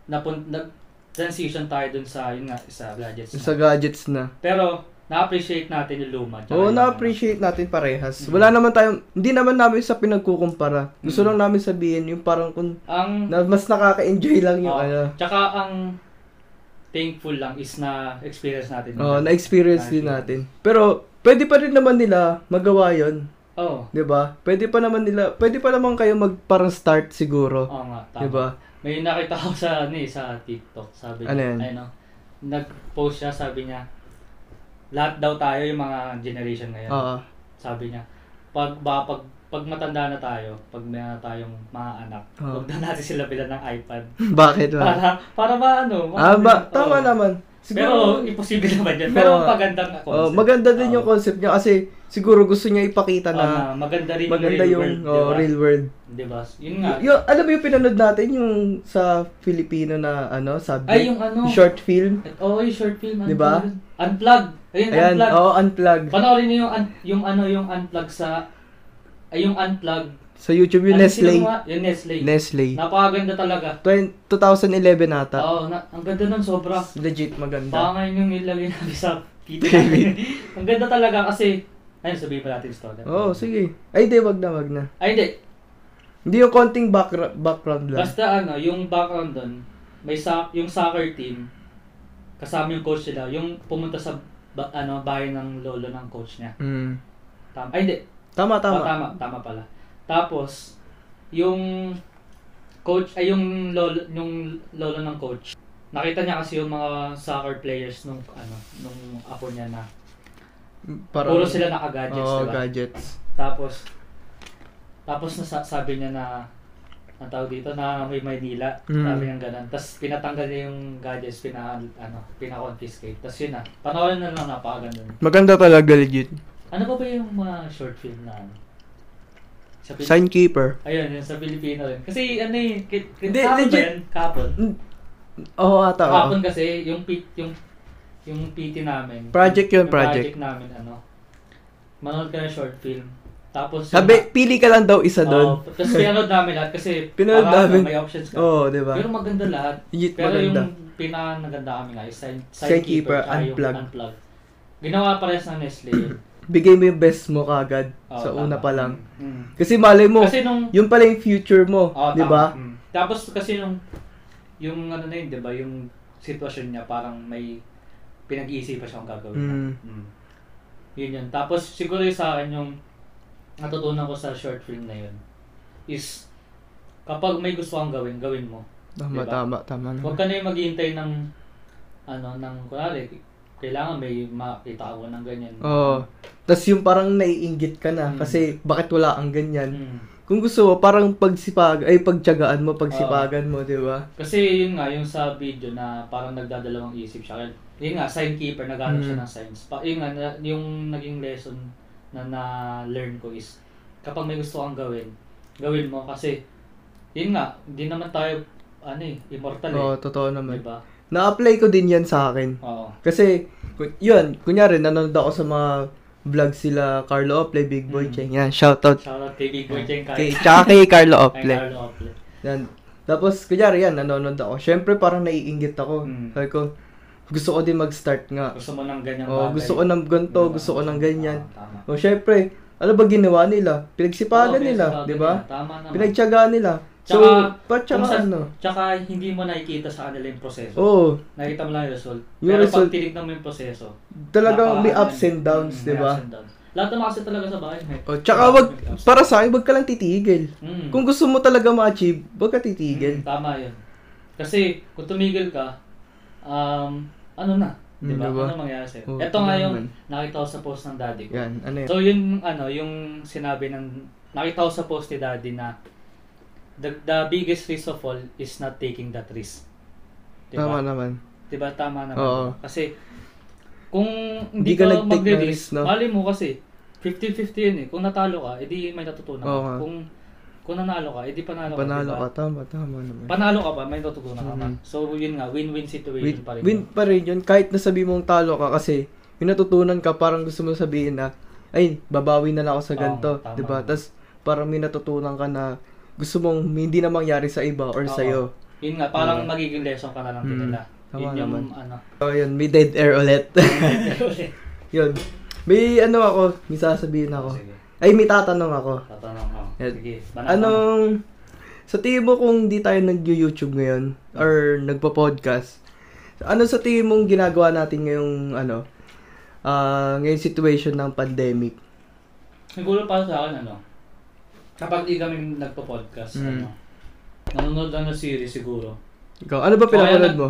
Speaker 1: napun nag transition tayo dun sa yun nga sa gadgets.
Speaker 2: Sa
Speaker 1: na.
Speaker 2: gadgets na.
Speaker 1: Pero na-appreciate natin yung luma. tsaka
Speaker 2: Oo,
Speaker 1: yung-
Speaker 2: na-appreciate natin parehas. Wala naman tayong, hindi naman namin sa pinagkukumpara. Gusto
Speaker 1: Hmm.
Speaker 2: lang namin sabihin yung parang kung
Speaker 1: ano. Ang
Speaker 2: na mas nakaka-enjoy lang yung
Speaker 1: oh,
Speaker 2: ano.
Speaker 1: tsaka ang thankful lang is na experience natin.
Speaker 2: Oo, oh, na-experience din
Speaker 1: Ah.
Speaker 2: natin. Pero, pwede pa rin naman nila magawa yon
Speaker 1: Oh.
Speaker 2: 'di ba? Pwede pa naman nila, pwede pa naman kayo mag parang start siguro,
Speaker 1: Oo nga, Ah, tama.
Speaker 2: 'di ba?
Speaker 1: May nakita ko sa ano eh, sa TikTok, sabi
Speaker 2: Ano
Speaker 1: niya,
Speaker 2: yan?
Speaker 1: ano, nag-post siya, sabi niya, lahat daw tayo yung mga generation ngayon.
Speaker 2: Oo.
Speaker 1: Sabi niya, pag ba pag pag matanda na tayo, pag meron na tayong mga anak,
Speaker 2: Oo.
Speaker 1: huwag na natin sila bilan ng iPad.
Speaker 2: Bakit ba?
Speaker 1: Para para ba ano?
Speaker 2: Ah, ba,
Speaker 1: Oo.
Speaker 2: tama naman.
Speaker 1: Pero
Speaker 2: Siguro,
Speaker 1: imposible naman yan. Pero
Speaker 2: Oo.
Speaker 1: magandang
Speaker 2: oh,
Speaker 1: concept.
Speaker 2: maganda din yung
Speaker 1: Oo.
Speaker 2: concept niya kasi siguro gusto niya ipakita
Speaker 1: Oo
Speaker 2: na
Speaker 1: nga, maganda rin
Speaker 2: maganda
Speaker 1: yung real world,
Speaker 2: yung oh,
Speaker 1: diba?
Speaker 2: real world.
Speaker 1: Diba? Yun nga.
Speaker 2: Y- yung, alam mo yung pinanood natin yung sa Filipino na ano, subject?
Speaker 1: Ay, yung ano.
Speaker 2: Short film.
Speaker 1: Oo, yung short film. ano
Speaker 2: Diba?
Speaker 1: yun? Unplugged. Ayun,
Speaker 2: Ayan,
Speaker 1: unplugged.
Speaker 2: oh, unplug.
Speaker 1: Panoorin niyo yung un- yung ano yung unplug sa ay yung unplug
Speaker 2: Sa YouTube yung
Speaker 1: Ano
Speaker 2: Nestle.
Speaker 1: sino nga? Yung Nestle.
Speaker 2: Nestle.
Speaker 1: Napakaganda talaga.
Speaker 2: Twen- 2011 ata.
Speaker 1: Oo, na, ang ganda nun sobra.
Speaker 2: Legit maganda.
Speaker 1: Baka ngayon yung nilagay namin sa kita.
Speaker 2: David.
Speaker 1: ang ganda talaga kasi ayun sabihin pa natin yung story.
Speaker 2: Oo, oh, sige. Ay, di, wag na, wag na.
Speaker 1: Ay hindi,
Speaker 2: Hindi yung konting background, background lang.
Speaker 1: basta ano, yung background doon, may sa yung soccer team kasama yung coach nila, yung pumunta sa ba- ano bahay ng lolo ng coach niya.
Speaker 2: Mm.
Speaker 1: Tama. Ay hindi,
Speaker 2: Tama,
Speaker 1: Tama. Oh,
Speaker 2: tama.
Speaker 1: tama, tama pala. Tapos, yung coach, ay yung lolo, yung lolo ng coach, nakita niya kasi yung mga soccer players nung, ano, nung apo niya na.
Speaker 2: Parang-
Speaker 1: puro sila naka-gadgets,
Speaker 2: Oo,
Speaker 1: diba?
Speaker 2: gadgets.
Speaker 1: Tapos, tapos nasabi niya na, ang tawag dito, na may Maynila.
Speaker 2: Mm.
Speaker 1: Sabi niya ganun. Tapos pinatanggal niya yung gadgets, pina, ano, pina-confiscate. Tapos yun na, panoorin na lang, napakaganda. nun.
Speaker 2: Maganda talaga, legit.
Speaker 1: Ano pa ba yung mga short film na, ano? Sa Pilipinas?
Speaker 2: Sign keeper.
Speaker 1: Ayun, yun sa Pilipino rin. Kasi ano yun, k- k-
Speaker 2: Hindi,
Speaker 1: kahapon ba
Speaker 2: legit.
Speaker 1: yan? Kahapon.
Speaker 2: Oo, ata. oo.
Speaker 1: Kahapon kasi, yung, P, yung, yung PT namin.
Speaker 2: Project yun,
Speaker 1: yung
Speaker 2: project.
Speaker 1: namin, ano. Manood ka ng short film. Tapos,
Speaker 2: Sabi, pili ka lang daw isa
Speaker 1: doon.
Speaker 2: doon.
Speaker 1: tapos pinanood namin lahat kasi
Speaker 2: Pinanood
Speaker 1: para
Speaker 2: namin.
Speaker 1: may options ka.
Speaker 2: Oo, diba? di ba?
Speaker 1: Pero maganda lahat.
Speaker 2: Legit
Speaker 1: Pero
Speaker 2: maganda.
Speaker 1: yung pinanaganda kami nga is Sign-
Speaker 2: Sidekeeper,
Speaker 1: Sidekeeper, tsaka yung
Speaker 2: Unplugged.
Speaker 1: Unplugged. Ginawa parehas ng Nestle yun.
Speaker 2: Bigay mo yung best mo kagad
Speaker 1: Oo,
Speaker 2: sa
Speaker 1: Oh, tama.
Speaker 2: una pa lang.
Speaker 1: Mm.
Speaker 2: Kasi malay mo,
Speaker 1: Kasi nung
Speaker 2: yun pala yung future mo,
Speaker 1: Oo,
Speaker 2: di
Speaker 1: tama.
Speaker 2: ba?
Speaker 1: Mm. Tapos kasi yung yung ano na yun, 'di ba, yung sitwasyon niya parang may pinag-iisipan siya kung gagawin niya.
Speaker 2: Mm.
Speaker 1: Mm. Yun yun. Tapos siguro yung sa akin yung natutunan ko sa short film na yun is kapag may gusto kang gawin, gawin mo.
Speaker 2: Tama,
Speaker 1: Diba?
Speaker 2: tama, tama.
Speaker 1: Huwag
Speaker 2: naman.
Speaker 1: ka na yung maghihintay ng ano, ng kunwari, kailangan may makita ako ng ganyan.
Speaker 2: Oo. Tapos yung parang naiinggit ka na
Speaker 1: Mm.
Speaker 2: kasi bakit wala ang ganyan.
Speaker 1: Mm.
Speaker 2: Kung gusto mo, parang pagsipag, ay pagtyagaan mo,
Speaker 1: Oh.
Speaker 2: pagsipagan mo, di ba?
Speaker 1: Kasi yun nga, yung sa video na parang nagdadalawang isip siya. Kaya- Yun nga, sign keeper, naghanap siya
Speaker 2: Mm.
Speaker 1: ng signs. Pa, yun nga, na- yung naging lesson na na-learn ko is, kapag may gusto kang gawin, gawin mo kasi, yun nga, hindi naman tayo, ano eh, immortal
Speaker 2: Oo,
Speaker 1: eh.
Speaker 2: totoo naman.
Speaker 1: diba?
Speaker 2: Na-apply ko din yan sa akin.
Speaker 1: Oo.
Speaker 2: Kasi, ku- yun, kunyari, nanonood ako sa mga vlog sila Carlo Ople, Big Boy
Speaker 1: Mm.
Speaker 2: Cheng. Yan, shoutout.
Speaker 1: Shoutout kay Big Boy Cheng
Speaker 2: Ah, Kay,
Speaker 1: Kai.
Speaker 2: tsaka kay Carlo
Speaker 1: Kay
Speaker 2: Ople.
Speaker 1: Carlo Ople.
Speaker 2: Yan. Tapos, kunyari yan, nanonood ako. Siyempre, parang naiingit ako.
Speaker 1: Mm.
Speaker 2: Sabi ko, gusto ko din mag-start nga.
Speaker 1: Gusto mo ng ganyang
Speaker 2: Oh, gusto ko ng ganito,
Speaker 1: Diba?
Speaker 2: gusto ko ng ganyan.
Speaker 1: Oo, tama.
Speaker 2: O, syempre, ano ba ginawa nila? Pinagsipagan
Speaker 1: Oo,
Speaker 2: nila,
Speaker 1: pinagsipagan
Speaker 2: di ba?
Speaker 1: nila. Tama naman.
Speaker 2: Pinagtyagaan nila. So,
Speaker 1: Tsaka,
Speaker 2: pa, tsaka
Speaker 1: kung sa-
Speaker 2: ano? Oh,
Speaker 1: Tsaka hindi mo nakikita sa kanila yung proseso.
Speaker 2: Oo.
Speaker 1: Nakita mo lang yung result.
Speaker 2: Yung
Speaker 1: Pero
Speaker 2: result-
Speaker 1: pag tinignan mo yung proseso,
Speaker 2: Talagang
Speaker 1: napaka-
Speaker 2: may ups and downs,
Speaker 1: Mm,
Speaker 2: di
Speaker 1: may
Speaker 2: ba?
Speaker 1: ups and downs. Lahat naman kasi talaga sa bahay. May,
Speaker 2: O, oh, tsaka wag,
Speaker 1: may ups.
Speaker 2: para sa akin, wag ka lang titigil.
Speaker 1: Mm.
Speaker 2: Kung gusto mo talaga ma-achieve, wag ka titigil.
Speaker 1: Mm, tama yun. Kasi kung tumigil ka, um, ano na, di
Speaker 2: Mm,
Speaker 1: ba?
Speaker 2: di ba?
Speaker 1: Ano mangyayari sa'yo?
Speaker 2: Oo,
Speaker 1: Ito nga
Speaker 2: tama
Speaker 1: yung
Speaker 2: naman.
Speaker 1: nakita ko sa post ng daddy ko.
Speaker 2: Yan, ano yan?
Speaker 1: Mm. So yun, ano, yung sinabi ng, nakita ko sa post ni daddy na the, the biggest risk of all is not taking that risk. Di
Speaker 2: Tama
Speaker 1: ba?
Speaker 2: naman.
Speaker 1: Di ba? Diba? Tama naman.
Speaker 2: Oo.
Speaker 1: Kasi kung hindi
Speaker 2: Hindi
Speaker 1: ka,
Speaker 2: ka nag-take ng risk,
Speaker 1: magre-risk,
Speaker 2: no?
Speaker 1: mali mo kasi 50-50 yun eh. Kung natalo ka, edi may natutunan
Speaker 2: Oo
Speaker 1: ka.
Speaker 2: nga.
Speaker 1: Kung kung nanalo ka, edi panalo,
Speaker 2: Panalo
Speaker 1: ka, diba?
Speaker 2: ka, tama, tama naman.
Speaker 1: Panalo ka pa, may natutunan ka pa.
Speaker 2: Mhm.
Speaker 1: So, yun nga, win-win situation
Speaker 2: Win,
Speaker 1: pa rin.
Speaker 2: win
Speaker 1: yun.
Speaker 2: pa rin yun. Kahit nasabi mong talo ka kasi, yung natutunan ka, parang gusto mo sabihin na, ay, babawi na lang ako sa
Speaker 1: Oo,
Speaker 2: ganito.
Speaker 1: tama.
Speaker 2: Diba? Tapos, parang may natutunan ka na gusto mong may hindi na mangyari sa iba or
Speaker 1: Oo.
Speaker 2: sa'yo.
Speaker 1: Yun nga, parang magiging lesson ka na lang din
Speaker 2: Mm.
Speaker 1: nila.
Speaker 2: Tama
Speaker 1: Yun yung,
Speaker 2: naman.
Speaker 1: ano.
Speaker 2: So, yun, may dead air ulit. yun. May ano ako, may sasabihin ako.
Speaker 1: Sige,
Speaker 2: Ay, may tatanong ako.
Speaker 1: tatanong ako.
Speaker 2: Yan. Ano?
Speaker 1: Sige, banatan mo.
Speaker 2: Anong, sa tingin mo kung di tayo nag-YouTube ngayon, or nagpa-podcast, ano sa tingin mong ginagawa natin ngayong, ano, ah ngayong situation ng pandemic?
Speaker 1: Siguro para sa akin, ano, kapag di kami nagpo-podcast,
Speaker 2: Mm.
Speaker 1: ano, nanonood lang ng series siguro.
Speaker 2: Ikaw, ano ba
Speaker 1: Kaya
Speaker 2: pinapanood
Speaker 1: na-
Speaker 2: mo?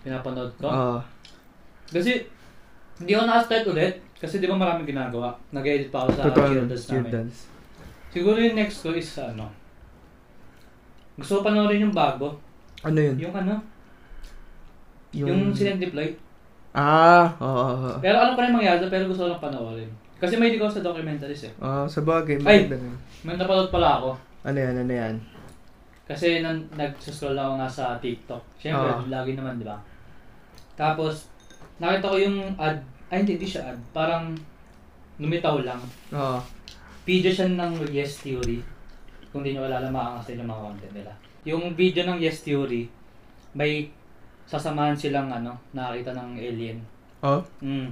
Speaker 1: Pinapanood ko.
Speaker 2: Ah,
Speaker 1: Kasi, hindi ako na-start ulit. Kasi di ba maraming ginagawa. Nag-edit pa ako sa
Speaker 2: totoo,
Speaker 1: Cheerleaders
Speaker 2: cheer
Speaker 1: namin.
Speaker 2: dance.
Speaker 1: Siguro yung next ko is ano. Gusto ko panoorin yung bago.
Speaker 2: Ano yun?
Speaker 1: Yung ano, yung, Silent Deploy.
Speaker 2: Ah, oo, oo, oo.
Speaker 1: Pero alam ko na yung mangyari doon, pero gusto ko lang panoorin. Kasi may hindi ko sa documentaries eh.
Speaker 2: Ah, sa bagay,
Speaker 1: Ay!
Speaker 2: maganda na yun.
Speaker 1: May napanood pala ako.
Speaker 2: Ano yan, ano yan?
Speaker 1: Kasi nan, nag-scroll ako nga sa TikTok. Siyempre,
Speaker 2: Ah.
Speaker 1: lagi naman, di ba? Tapos, nakita ko yung ad. Ay, hindi, hindi siya ad. Parang, lumitaw lang.
Speaker 2: Oo.
Speaker 1: Video siya ng Yes Theory. Kung di nyo alala, makakas yung mga content nila. Yung video ng Yes Theory, may sasamahan silang ano, nakakita ng alien.
Speaker 2: Oh,
Speaker 1: Mm.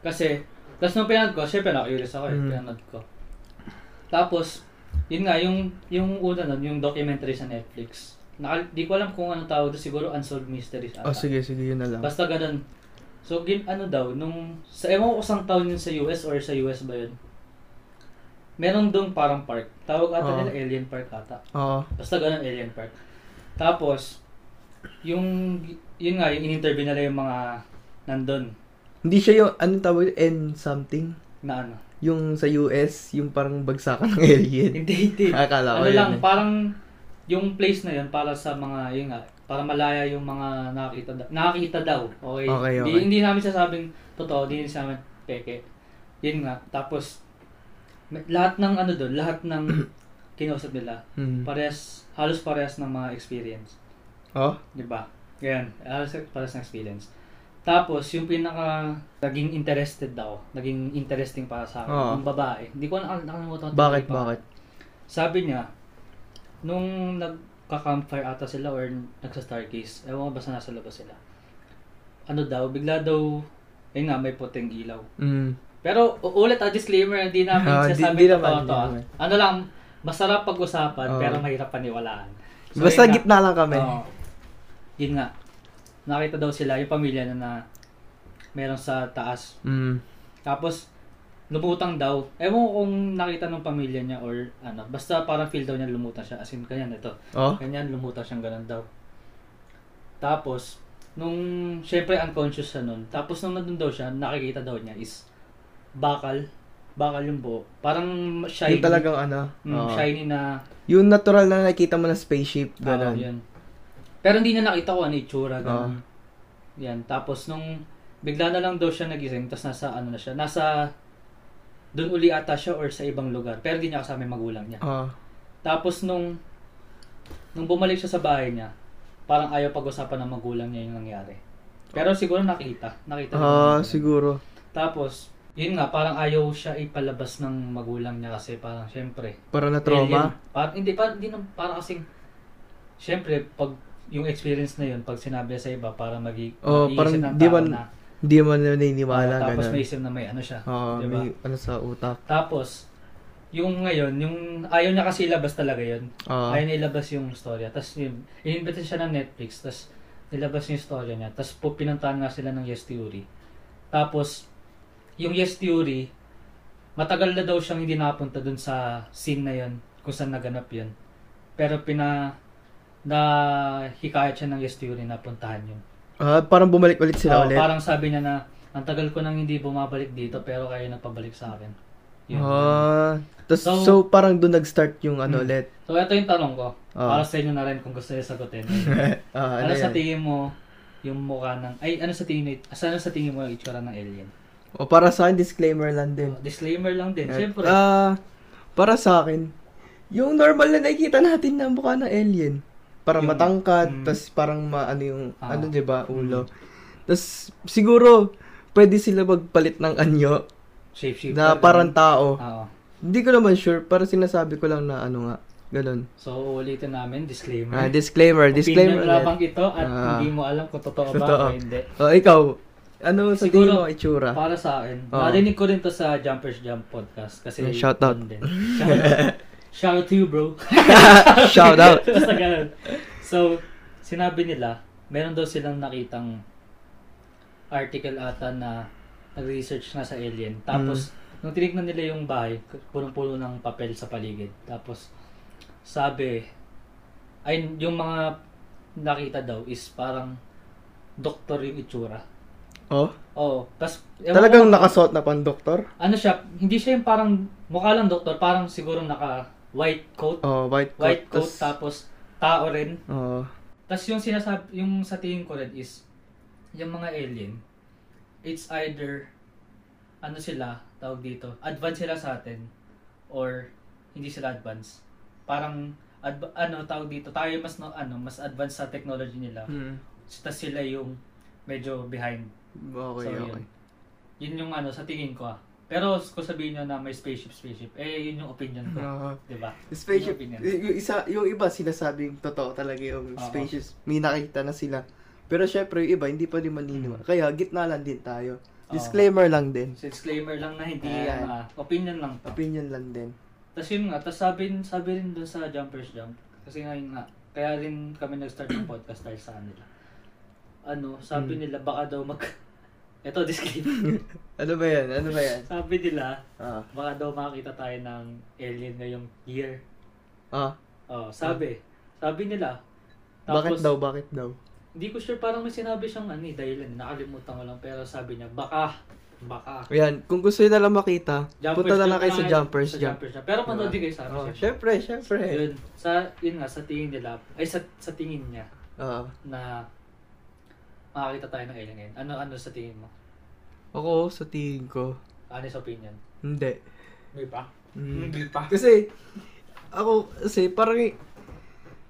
Speaker 1: Kasi, tapos nung pinanood ko, syempre na-curious ako eh,
Speaker 2: Mm.
Speaker 1: pinanood ko. Tapos, yun nga, yung, yung una nun, yung documentary sa Netflix. Naka, di ko alam kung anong tawag doon, siguro Unsolved Mysteries. ata.
Speaker 2: oh sige, sige, yun na lang.
Speaker 1: Basta ganun. So, gin, ano daw, nung, sa, ewan ko kung saan taon yun sa US or sa US ba yun. Meron doon parang park. Tawag ata
Speaker 2: Oo.
Speaker 1: nila Alien Park ata.
Speaker 2: Oo.
Speaker 1: Basta ganun, Alien Park. Tapos, yung, yun nga, yung in-interview nila yung mga nandun
Speaker 2: Hindi siya yung, anong tawag yun? N something?
Speaker 1: na ano.
Speaker 2: Yung sa US, yung parang bagsakan ng alien.
Speaker 1: Hindi, hindi.
Speaker 2: Akala
Speaker 1: ano
Speaker 2: ko yun
Speaker 1: lang,
Speaker 2: eh.
Speaker 1: parang yung place na yun para sa mga, yun nga, para malaya yung mga nakakita, da- nakakita daw. Okay?
Speaker 2: Okay, okay.
Speaker 1: Di- hindi namin sasabing totoo, hindi namin sasabing peke. Yun nga, tapos, may- lahat ng ano doon, lahat ng kinausap nila,
Speaker 2: Hmm.
Speaker 1: parehas, halos parehas ng mga experience.
Speaker 2: Oh?
Speaker 1: Di ba? Ganyan, halos parehas ng experience. Tapos, yung pinaka naging interested daw, naging interesting para sa akin,
Speaker 2: Oo.
Speaker 1: yung babae. Hindi ko na nakalimutan.
Speaker 2: Bakit,
Speaker 1: Pa.
Speaker 2: bakit?
Speaker 1: Sabi niya, nung nagka-campfire ata sila or nagsa-stargaze, ewan ko basta nasa labas sila. Ano daw, bigla daw, ayun nga, may puting ilaw.
Speaker 2: Mm.
Speaker 1: Pero u- ulit ah, disclaimer, hindi namin
Speaker 2: Ah, di-
Speaker 1: sasabing
Speaker 2: di
Speaker 1: totoo
Speaker 2: naman, di
Speaker 1: to, ah.
Speaker 2: naman.
Speaker 1: Ano lang, masarap pag-usapan,
Speaker 2: Oo.
Speaker 1: pero mahirap paniwalaan. So,
Speaker 2: Basta
Speaker 1: yun nga.
Speaker 2: gitna lang kami.
Speaker 1: Oo. yun nga, nakita daw sila, yung pamilya na na meron sa taas,
Speaker 2: Mm.
Speaker 1: tapos, lumutang daw. Ewan ko kung nakita ng pamilya niya or ano. Basta parang feel daw niya lumutang siya. As in, ganyan ito.
Speaker 2: Oh?
Speaker 1: Ganyan, lumutang siyang ganun daw. Tapos, nung, syempre unconscious siya nun. Tapos nung nandun daw siya, nakikita daw niya is bakal. Bakal yung buhok. Parang shiny.
Speaker 2: Yung talagang ano?
Speaker 1: Mm,
Speaker 2: oo.
Speaker 1: shiny na.
Speaker 2: Yung natural na nakikita mo na spaceship.
Speaker 1: Ganun.
Speaker 2: Ganun.
Speaker 1: yun. Pero hindi niya nakita ko ano itsura. Ganun.
Speaker 2: Oo.
Speaker 1: Yan. Tapos nung bigla na lang daw siya nagising, tapos nasa ano na siya, nasa doon uli ata siya or sa ibang lugar. Pero hindi niya kasama yung magulang niya.
Speaker 2: Oh.
Speaker 1: Tapos nung nung bumalik siya sa bahay niya, parang ayaw pag-usapan ng magulang niya yung nangyari. Pero siguro nakita. Nakita ng
Speaker 2: Ah,
Speaker 1: magulang niya.
Speaker 2: siguro.
Speaker 1: Tapos, yun nga, parang ayaw siya ipalabas ng magulang niya kasi parang syempre.
Speaker 2: Para na
Speaker 1: alien.
Speaker 2: trauma.
Speaker 1: Parang, hindi, parang, hindi, nam- parang kasing, syempre, pag yung experience na yun, pag sinabi sa iba, para magi,
Speaker 2: Oo,
Speaker 1: maiisip
Speaker 2: Oh, parang
Speaker 1: ng
Speaker 2: di
Speaker 1: tao
Speaker 2: man-
Speaker 1: na,
Speaker 2: Hindi mo na naniniwala.
Speaker 1: tapos
Speaker 2: ganun.
Speaker 1: may isip na may ano siya.
Speaker 2: Oo,
Speaker 1: di ba?
Speaker 2: may ano sa utak.
Speaker 1: Tapos, Yung ngayon, yung ayaw niya kasi ilabas talaga yon
Speaker 2: Ah.
Speaker 1: Ayaw niya ilabas yung storya. Tapos yun, inimbita siya ng Netflix. Tapos nilabas yung storya niya. Tapos po, pinuntahan nga sila ng Yes Theory. Tapos, yung Yes Theory, matagal na daw siyang hindi napunta dun sa scene na yon kung saan naganap yon Pero pina na hikayat siya ng Yes Theory na puntahan yun.
Speaker 2: Ah, parang bumalik ulit
Speaker 1: Oo,
Speaker 2: sila ulit.
Speaker 1: Parang sabi niya na, ang tagal ko nang hindi bumabalik dito, pero kayo nagpabalik sa akin. Yun.
Speaker 2: Ah, tas, so,
Speaker 1: So-
Speaker 2: parang doon nag-start yung
Speaker 1: Hmm.
Speaker 2: ano ulit.
Speaker 1: So, ito yung tanong ko.
Speaker 2: Oo.
Speaker 1: Para sa inyo na rin kung gusto niyo sagutin.
Speaker 2: Ah,
Speaker 1: ano
Speaker 2: ano
Speaker 1: sa
Speaker 2: yan?
Speaker 1: tingin mo yung mukha ng... Ay, ano sa tingin mo, asa- ano sa tingin mo yung itsura ng alien?
Speaker 2: O para sa akin, disclaimer lang din.
Speaker 1: Oh, disclaimer lang din,
Speaker 2: At,
Speaker 1: syempre.
Speaker 2: ah, para sa akin, yung normal na nakikita natin na mukha ng alien. Parang
Speaker 1: Yung-
Speaker 2: matangkad,
Speaker 1: Mm.
Speaker 2: tas parang ma, ano yung,
Speaker 1: Ah.
Speaker 2: ano 'di ba ulo. Tas siguro, pwede sila magpalit ng anyo
Speaker 1: shape shape.
Speaker 2: na parang tao.
Speaker 1: Oo.
Speaker 2: Hindi ko naman sure, para sinasabi ko lang na ano nga, ganun.
Speaker 1: So, ulitin namin,
Speaker 2: Ah,
Speaker 1: disclaimer.
Speaker 2: disclaimer, disclaimer.
Speaker 1: Opinion
Speaker 2: ulit.
Speaker 1: lamang ito at
Speaker 2: Ah.
Speaker 1: hindi mo alam kung totoo ba
Speaker 2: Totoo.
Speaker 1: o hindi.
Speaker 2: Oh, ikaw, ano sa tingin
Speaker 1: Siguro-
Speaker 2: mo itsura?
Speaker 1: Para sa akin,
Speaker 2: Oo.
Speaker 1: narinig ko rin to sa Jumpers Jump podcast kasi
Speaker 2: Yeah, shout out.
Speaker 1: yun din. Shout out. Shout out to you, bro.
Speaker 2: Shout out.
Speaker 1: Basta ganun. So, sinabi nila, meron daw silang nakitang article ata na nag-research na sa alien.
Speaker 2: Mm.
Speaker 1: Tapos, nung tinignan nila yung bahay, punong-puno ng papel sa paligid. Tapos, sabi, ay yung mga nakita daw is parang doktor yung itsura.
Speaker 2: Oh,
Speaker 1: Oo. Tapos, ewan
Speaker 2: talagang
Speaker 1: ko-
Speaker 2: nakasuot na pang doktor?
Speaker 1: ano siya, hindi siya yung parang, mukha lang doktor, parang siguro naka white coat,
Speaker 2: Oh, white coat.
Speaker 1: white coat,
Speaker 2: tas-
Speaker 1: tapos tao rin.
Speaker 2: Oh.
Speaker 1: Tapos yung sinasabi, yung sa tingin ko rin is, yung mga alien, it's either, ano sila, tawag dito, advanced sila sa atin, or hindi sila advanced. Parang, adv- ano, tawag dito, tayo mas, no, ano, mas advanced sa technology nila,
Speaker 2: Hmm.
Speaker 1: tapos sila yung medyo behind. So,
Speaker 2: Okay, okay.
Speaker 1: Yun yung ano, sa tingin ko ah. Pero kung sabihin nyo na may spaceship, spaceship, eh yun yung opinion ko.
Speaker 2: Ah.
Speaker 1: Diba?
Speaker 2: Spaceship,
Speaker 1: Yun yung opinion. Ah,
Speaker 2: y- yung, isa, yung iba sinasabing totoo talaga yung
Speaker 1: Oo.
Speaker 2: spaceships. May nakita na sila. Pero syempre, yung iba, hindi pa rin maniniwala. Kaya, gitna lang din tayo.
Speaker 1: Hmm. Oo.
Speaker 2: Disclaimer lang din.
Speaker 1: So, disclaimer lang na hindi ano
Speaker 2: Ayan.
Speaker 1: ah, opinion lang to.
Speaker 2: Opinion lang din.
Speaker 1: Tapos yun nga, tapos sabi, sabi rin doon sa Jumpers Jump, kasi nga yun nga, kaya rin kami nag-start ng podcast dahil sa nila. Ano,
Speaker 2: Hmm.
Speaker 1: sabi nila baka daw mag... Ito, disclaimer.
Speaker 2: Ano ba yan? Ano ba yan?
Speaker 1: sabi nila,
Speaker 2: Ah.
Speaker 1: baka daw makakita tayo ng alien ngayong year.
Speaker 2: Ah.
Speaker 1: Oh, sabi. Sabi nila.
Speaker 2: Bakit daw? Bakit daw?
Speaker 1: Hindi ko sure, parang may sinabi siyang ano, eh, dahilan, nakalimutan ko lang, pero sabi niya, baka, baka.
Speaker 2: Ayan, kung gusto nyo na lang makita, punta na lang kayo sa
Speaker 1: Jump.
Speaker 2: Jumpers
Speaker 1: Sa
Speaker 2: Jump.
Speaker 1: Jumpers Jump. Pero manood din
Speaker 2: Diba?
Speaker 1: kayo sa amin.
Speaker 2: Oh,
Speaker 1: syempre.
Speaker 2: syempre, syempre.
Speaker 1: Yun, sa, yun nga, sa tingin nila, ay sa, sa tingin niya,
Speaker 2: Ah.
Speaker 1: na makakita tayo ng alien ngayon. Ano, ano sa tingin mo?
Speaker 2: Ako, sa tingin ko,
Speaker 1: Honest opinion.
Speaker 2: hindi.
Speaker 1: May pa?
Speaker 2: Mm.
Speaker 1: May pa.
Speaker 2: Kasi, ako, kasi parang,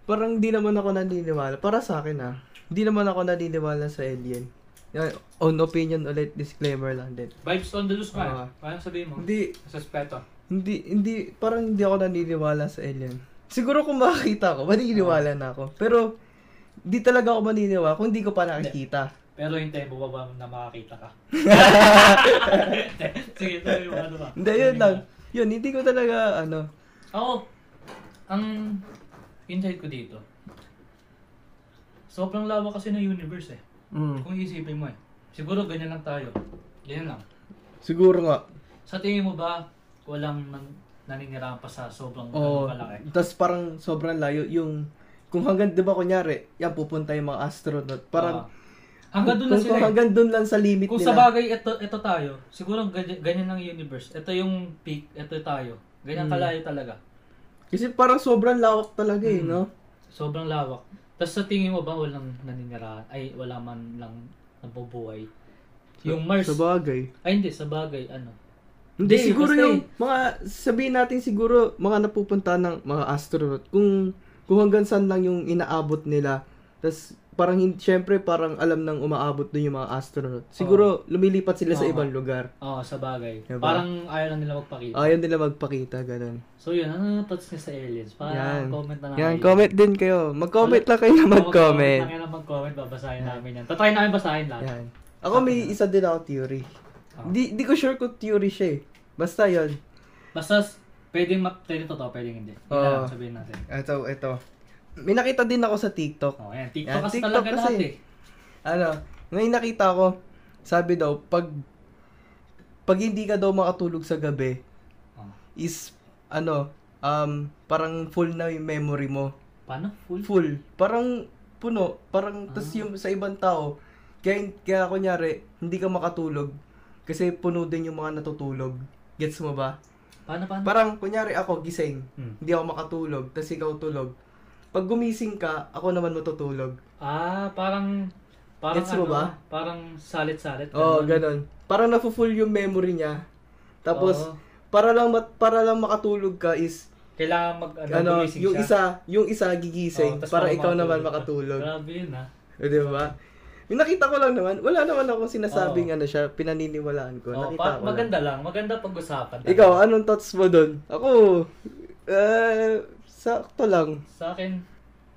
Speaker 2: parang di naman ako naniniwala. Para sa akin ah, di naman ako naniniwala sa alien. Yan, On opinion ulit, disclaimer lang din.
Speaker 1: Vibes on the loose man.
Speaker 2: Ah.
Speaker 1: Parang sabihin mo.
Speaker 2: Hindi,
Speaker 1: Suspeto.
Speaker 2: hindi, hindi, parang hindi ako naniniwala sa alien. Siguro kung makakita ko, maniniwala na ako. Pero, di talaga ako maniniwala kung hindi ko pa nakikita.
Speaker 1: Pero hintayin mo ba na makakita ka? Sige, tuloy mo. Ano ba?
Speaker 2: Hindi, yun lang. Yun, hindi ko talaga, ano,
Speaker 1: Ako, ang insight ko dito, sobrang lawak kasi ng universe eh.
Speaker 2: mm,
Speaker 1: Kung isipin mo eh. Siguro ganyan lang tayo. Ganyan lang.
Speaker 2: siguro nga.
Speaker 1: Sa tingin mo ba, walang nan naninirahan pa sa sobrang
Speaker 2: Oo.
Speaker 1: ganun kalaki?
Speaker 2: Tapos parang sobrang layo yung... Kung hanggang, di ba, kunyari, yan pupunta yung mga astronaut. Parang,
Speaker 1: Ah. hanggang doon na
Speaker 2: kung-
Speaker 1: sila.
Speaker 2: Kung
Speaker 1: eh.
Speaker 2: hanggang doon lang sa limit
Speaker 1: Kung
Speaker 2: nila.
Speaker 1: sa bagay, ito, ito tayo. Siguro ganyan, ganyan lang yung universe. Ito yung peak, ito tayo. Ganyan
Speaker 2: Hmm.
Speaker 1: kalayo talaga.
Speaker 2: Kasi parang sobrang lawak talaga eh, no?
Speaker 1: Mm. Sobrang lawak. Tapos sa tingin mo ba walang naninirahan? Ay, wala man lang nabubuhay. Yung Mars,
Speaker 2: Sa bagay.
Speaker 1: ay hindi, sa bagay, ano.
Speaker 2: Hindi,
Speaker 1: Hindi,
Speaker 2: siguro
Speaker 1: basta
Speaker 2: yung mga, sabihin natin siguro, mga napupunta ng mga astronaut, kung, kung hanggang saan lang yung inaabot nila, tapos parang, hin- syempre, parang alam nang umaabot doon yung mga astronaut. Siguro, lumilipat sila sa
Speaker 1: Oo.
Speaker 2: ibang lugar.
Speaker 1: eh. Oo, sa bagay.
Speaker 2: Diba? Ah.
Speaker 1: Parang ayaw lang nila magpakita.
Speaker 2: Ayaw nila magpakita, ganun.
Speaker 1: So yun, ano yung thoughts niya sa aliens? Para
Speaker 2: Yan.
Speaker 1: comment na namin.
Speaker 2: Yan, comment din kayo. Mag-comment lang kayo na mag-comment.
Speaker 1: Kaya na mag-comment, babasahin namin yan. Tatry namin basahin lahat.
Speaker 2: Yan. Ako may isa din ako theory.
Speaker 1: Ah.
Speaker 2: Hindi di ko sure kung theory siya eh. Basta yun.
Speaker 1: Basta, s- Pwedeng, ma- pwedeng totoo, pwedeng hindi. Hindi lang
Speaker 2: Oo.
Speaker 1: sabihin natin.
Speaker 2: Ito, ito. May nakita din ako sa TikTok.
Speaker 1: Oh, ayan. TikTok
Speaker 2: Ayan,
Speaker 1: kasi
Speaker 2: TikTok
Speaker 1: talaga
Speaker 2: kasi.
Speaker 1: lahat eh.
Speaker 2: Ano, may nakita ko, sabi daw, pag, pag hindi ka daw makatulog sa gabi,
Speaker 1: Oh.
Speaker 2: is, ano, um, parang full na yung memory mo.
Speaker 1: Paano? Full?
Speaker 2: Full. Parang puno. Parang, tas yung sa ibang tao, kaya, kaya kunyari, hindi ka makatulog, kasi puno din yung mga natutulog. Gets mo ba?
Speaker 1: Paano, paano?
Speaker 2: Parang, kunyari ako, gising.
Speaker 1: Hmm.
Speaker 2: Hindi ako makatulog, tas ikaw tulog. Pag gumising ka, ako naman matutulog.
Speaker 1: ah, parang... Parang
Speaker 2: Gets mo
Speaker 1: ano,
Speaker 2: ba?
Speaker 1: Parang salit-salit.
Speaker 2: Oo, oh, ganun. Parang nafufull yung memory niya. Tapos,
Speaker 1: Oo.
Speaker 2: para lang mat- para lang makatulog ka is
Speaker 1: Kailangan mag... Ano,
Speaker 2: ano,
Speaker 1: gumising
Speaker 2: yung
Speaker 1: siya.
Speaker 2: isa, yung isa gigising
Speaker 1: Oo, tas
Speaker 2: para
Speaker 1: parang
Speaker 2: ikaw naman
Speaker 1: ka.
Speaker 2: makatulog.
Speaker 1: Grabe yun ah.
Speaker 2: O, di ba? Yung nakita ko lang naman, wala naman akong sinasabing
Speaker 1: Oo.
Speaker 2: ano siya, pinaniniwalaan ko.
Speaker 1: Oh,
Speaker 2: nakita
Speaker 1: pa-
Speaker 2: ko lang.
Speaker 1: maganda lang. Maganda pag-usapan. lang.
Speaker 2: Ikaw, anong thoughts mo doon? Ako, eh, sakto lang.
Speaker 1: Sa akin,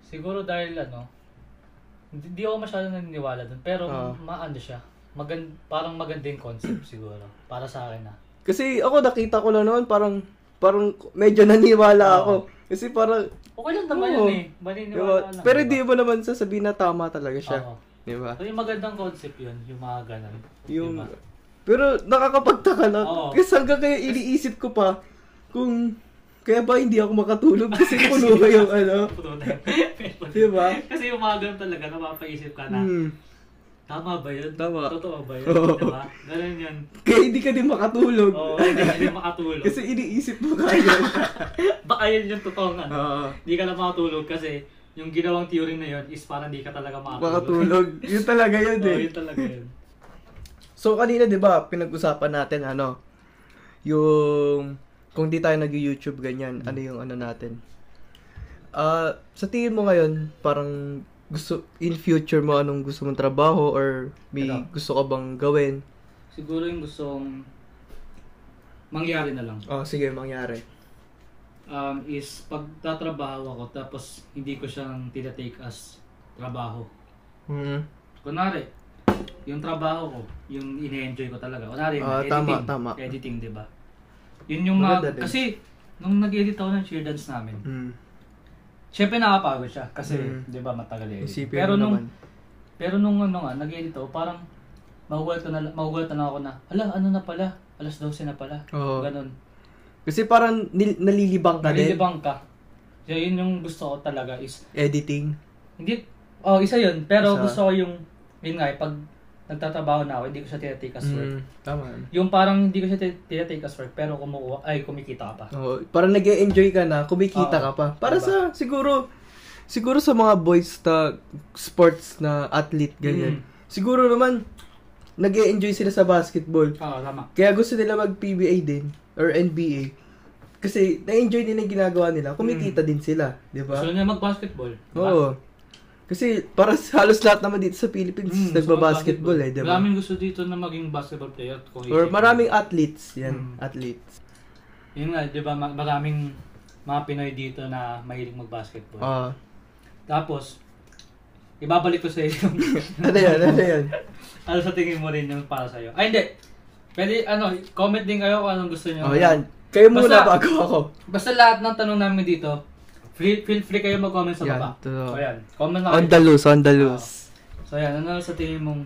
Speaker 1: siguro dahil ano, hindi, hindi ako masyado naniniwala dun. Pero
Speaker 2: Oo.
Speaker 1: maano siya. Magan, parang magandang concept siguro. Para sa akin ah.
Speaker 2: Kasi ako nakita ko lang naman, parang, parang medyo naniwala ako. Kasi parang,
Speaker 1: Okay lang naman yun
Speaker 2: Oo. Diba?
Speaker 1: eh.
Speaker 2: di ba?
Speaker 1: Maniniwala lang.
Speaker 2: pero
Speaker 1: di
Speaker 2: di mo naman sasabihin na tama talaga siya.
Speaker 1: Oo.
Speaker 2: Di ba?
Speaker 1: So, yung magandang concept yun, yung mga ganun.
Speaker 2: Yung,
Speaker 1: Diba?
Speaker 2: pero nakakapagtaka lang.
Speaker 1: Oo.
Speaker 2: Kasi hanggang kaya iniisip ko pa kung kaya ba hindi ako makatulog kasi puno ba yung ano.
Speaker 1: Puto tayo.
Speaker 2: Diba?
Speaker 1: Kasi yung mga ganun talaga, napapaisip ka na,
Speaker 2: Hmm.
Speaker 1: tama ba yun?
Speaker 2: Tama.
Speaker 1: Totoo ba yun?
Speaker 2: Oo.
Speaker 1: Diba? Ganun yun.
Speaker 2: Kaya hindi ka din makatulog.
Speaker 1: Oo, hindi ka na makatulog.
Speaker 2: kasi iniisip mo kaya.
Speaker 1: Baka yun yung totoong ano.
Speaker 2: Oo.
Speaker 1: Hindi ka na makatulog kasi yung ginawang theory na yun is parang hindi ka talaga makatulog.
Speaker 2: makatulog. Yun talaga yun
Speaker 1: Oo,
Speaker 2: eh.
Speaker 1: Oh, yun talaga yun.
Speaker 2: So kanina 'di ba, pinag-usapan natin ano yung kung di tayo nag-YouTube ganyan, ano yung ano natin. Ah, sa tingin mo ngayon, parang gusto in future mo anong gusto mong trabaho or may
Speaker 1: Ano?
Speaker 2: gusto ka bang gawin?
Speaker 1: Siguro yung gustong mangyari na lang
Speaker 2: Oh, sige, mangyari.
Speaker 1: um, is pagtatrabaho ako tapos hindi ko siyang tinatake as trabaho.
Speaker 2: Mm.
Speaker 1: Kunwari, yung trabaho ko, yung ine-enjoy ko talaga. Kunwari,
Speaker 2: Ah,
Speaker 1: editing.
Speaker 2: tama, tama.
Speaker 1: Editing, di ba? Yun yung mga...
Speaker 2: Maganda din.
Speaker 1: Kasi, nung nag-edit ako ng cheer dance namin,
Speaker 2: Mm.
Speaker 1: syempre nakapagod siya kasi,
Speaker 2: Mm.
Speaker 1: di ba, matagal edit.
Speaker 2: Isipin
Speaker 1: Pero
Speaker 2: mo
Speaker 1: nung,
Speaker 2: naman.
Speaker 1: Pero nung ano nga, nag-edit ako, parang mahugulat na, mahugulat na ako na, hala, ano na pala? Alas 12 na pala.
Speaker 2: Oo.
Speaker 1: Ganon.
Speaker 2: Kasi parang nil- nalilibang ka din.
Speaker 1: Nalilibang ka. Kaya yun yung gusto ko talaga is,
Speaker 2: Editing.
Speaker 1: hindi, oh, isa yun. Pero
Speaker 2: Isa.
Speaker 1: gusto ko yung, yun nga, eh, pag nagtatrabaho na ako, hindi ko siya tinatake as work.
Speaker 2: Mm, tama.
Speaker 1: Yung parang hindi ko siya tin- tinatake as work, pero kumukuha, ay, kumikita ka pa.
Speaker 2: Oo, parang nag enjoy ka na, kumikita
Speaker 1: Oo,
Speaker 2: ka pa. Para
Speaker 1: diba?
Speaker 2: sa, siguro, siguro sa mga boys na sports na athlete, ganyan.
Speaker 1: Mm.
Speaker 2: Siguro naman, nag enjoy sila sa basketball.
Speaker 1: Oo, tama.
Speaker 2: Kaya gusto nila mag-PBA din, or NBA. Kasi na-enjoy nila yung ginagawa nila, kumikita
Speaker 1: Mm.
Speaker 2: din sila, di ba?
Speaker 1: Gusto niya mag-basketball. di ba?
Speaker 2: Oo. Kasi para sa halos lahat naman dito sa Philippines,
Speaker 1: Mm, gusto
Speaker 2: nagbabasketball eh, di ba?
Speaker 1: Maraming gusto dito na maging basketball player. Kung
Speaker 2: Or
Speaker 1: isipin.
Speaker 2: maraming athletes, yan,
Speaker 1: Mm.
Speaker 2: athletes.
Speaker 1: Yun nga, di ba, ma- maraming mga Pinoy dito na mahilig mag-basketball.
Speaker 2: Ah,
Speaker 1: Tapos, ibabalik ko sa iyo yung,
Speaker 2: ano yan, ano yan?
Speaker 1: ano sa tingin mo rin yung para sa'yo. Ay, hindi. Pwede, ano, comment din kayo kung anong gusto nyo.
Speaker 2: Oh, yan. Kayo muna
Speaker 1: Basta-
Speaker 2: bago ako.
Speaker 1: Basta lahat ng tanong namin dito, free, feel free kayo mag-comment sa
Speaker 2: Yan,
Speaker 1: baba.
Speaker 2: totoo.
Speaker 1: So, yan. Comment na
Speaker 2: On
Speaker 1: kayo.
Speaker 2: the loose, on the loose.
Speaker 1: So, yan. Ano sa tingin mong...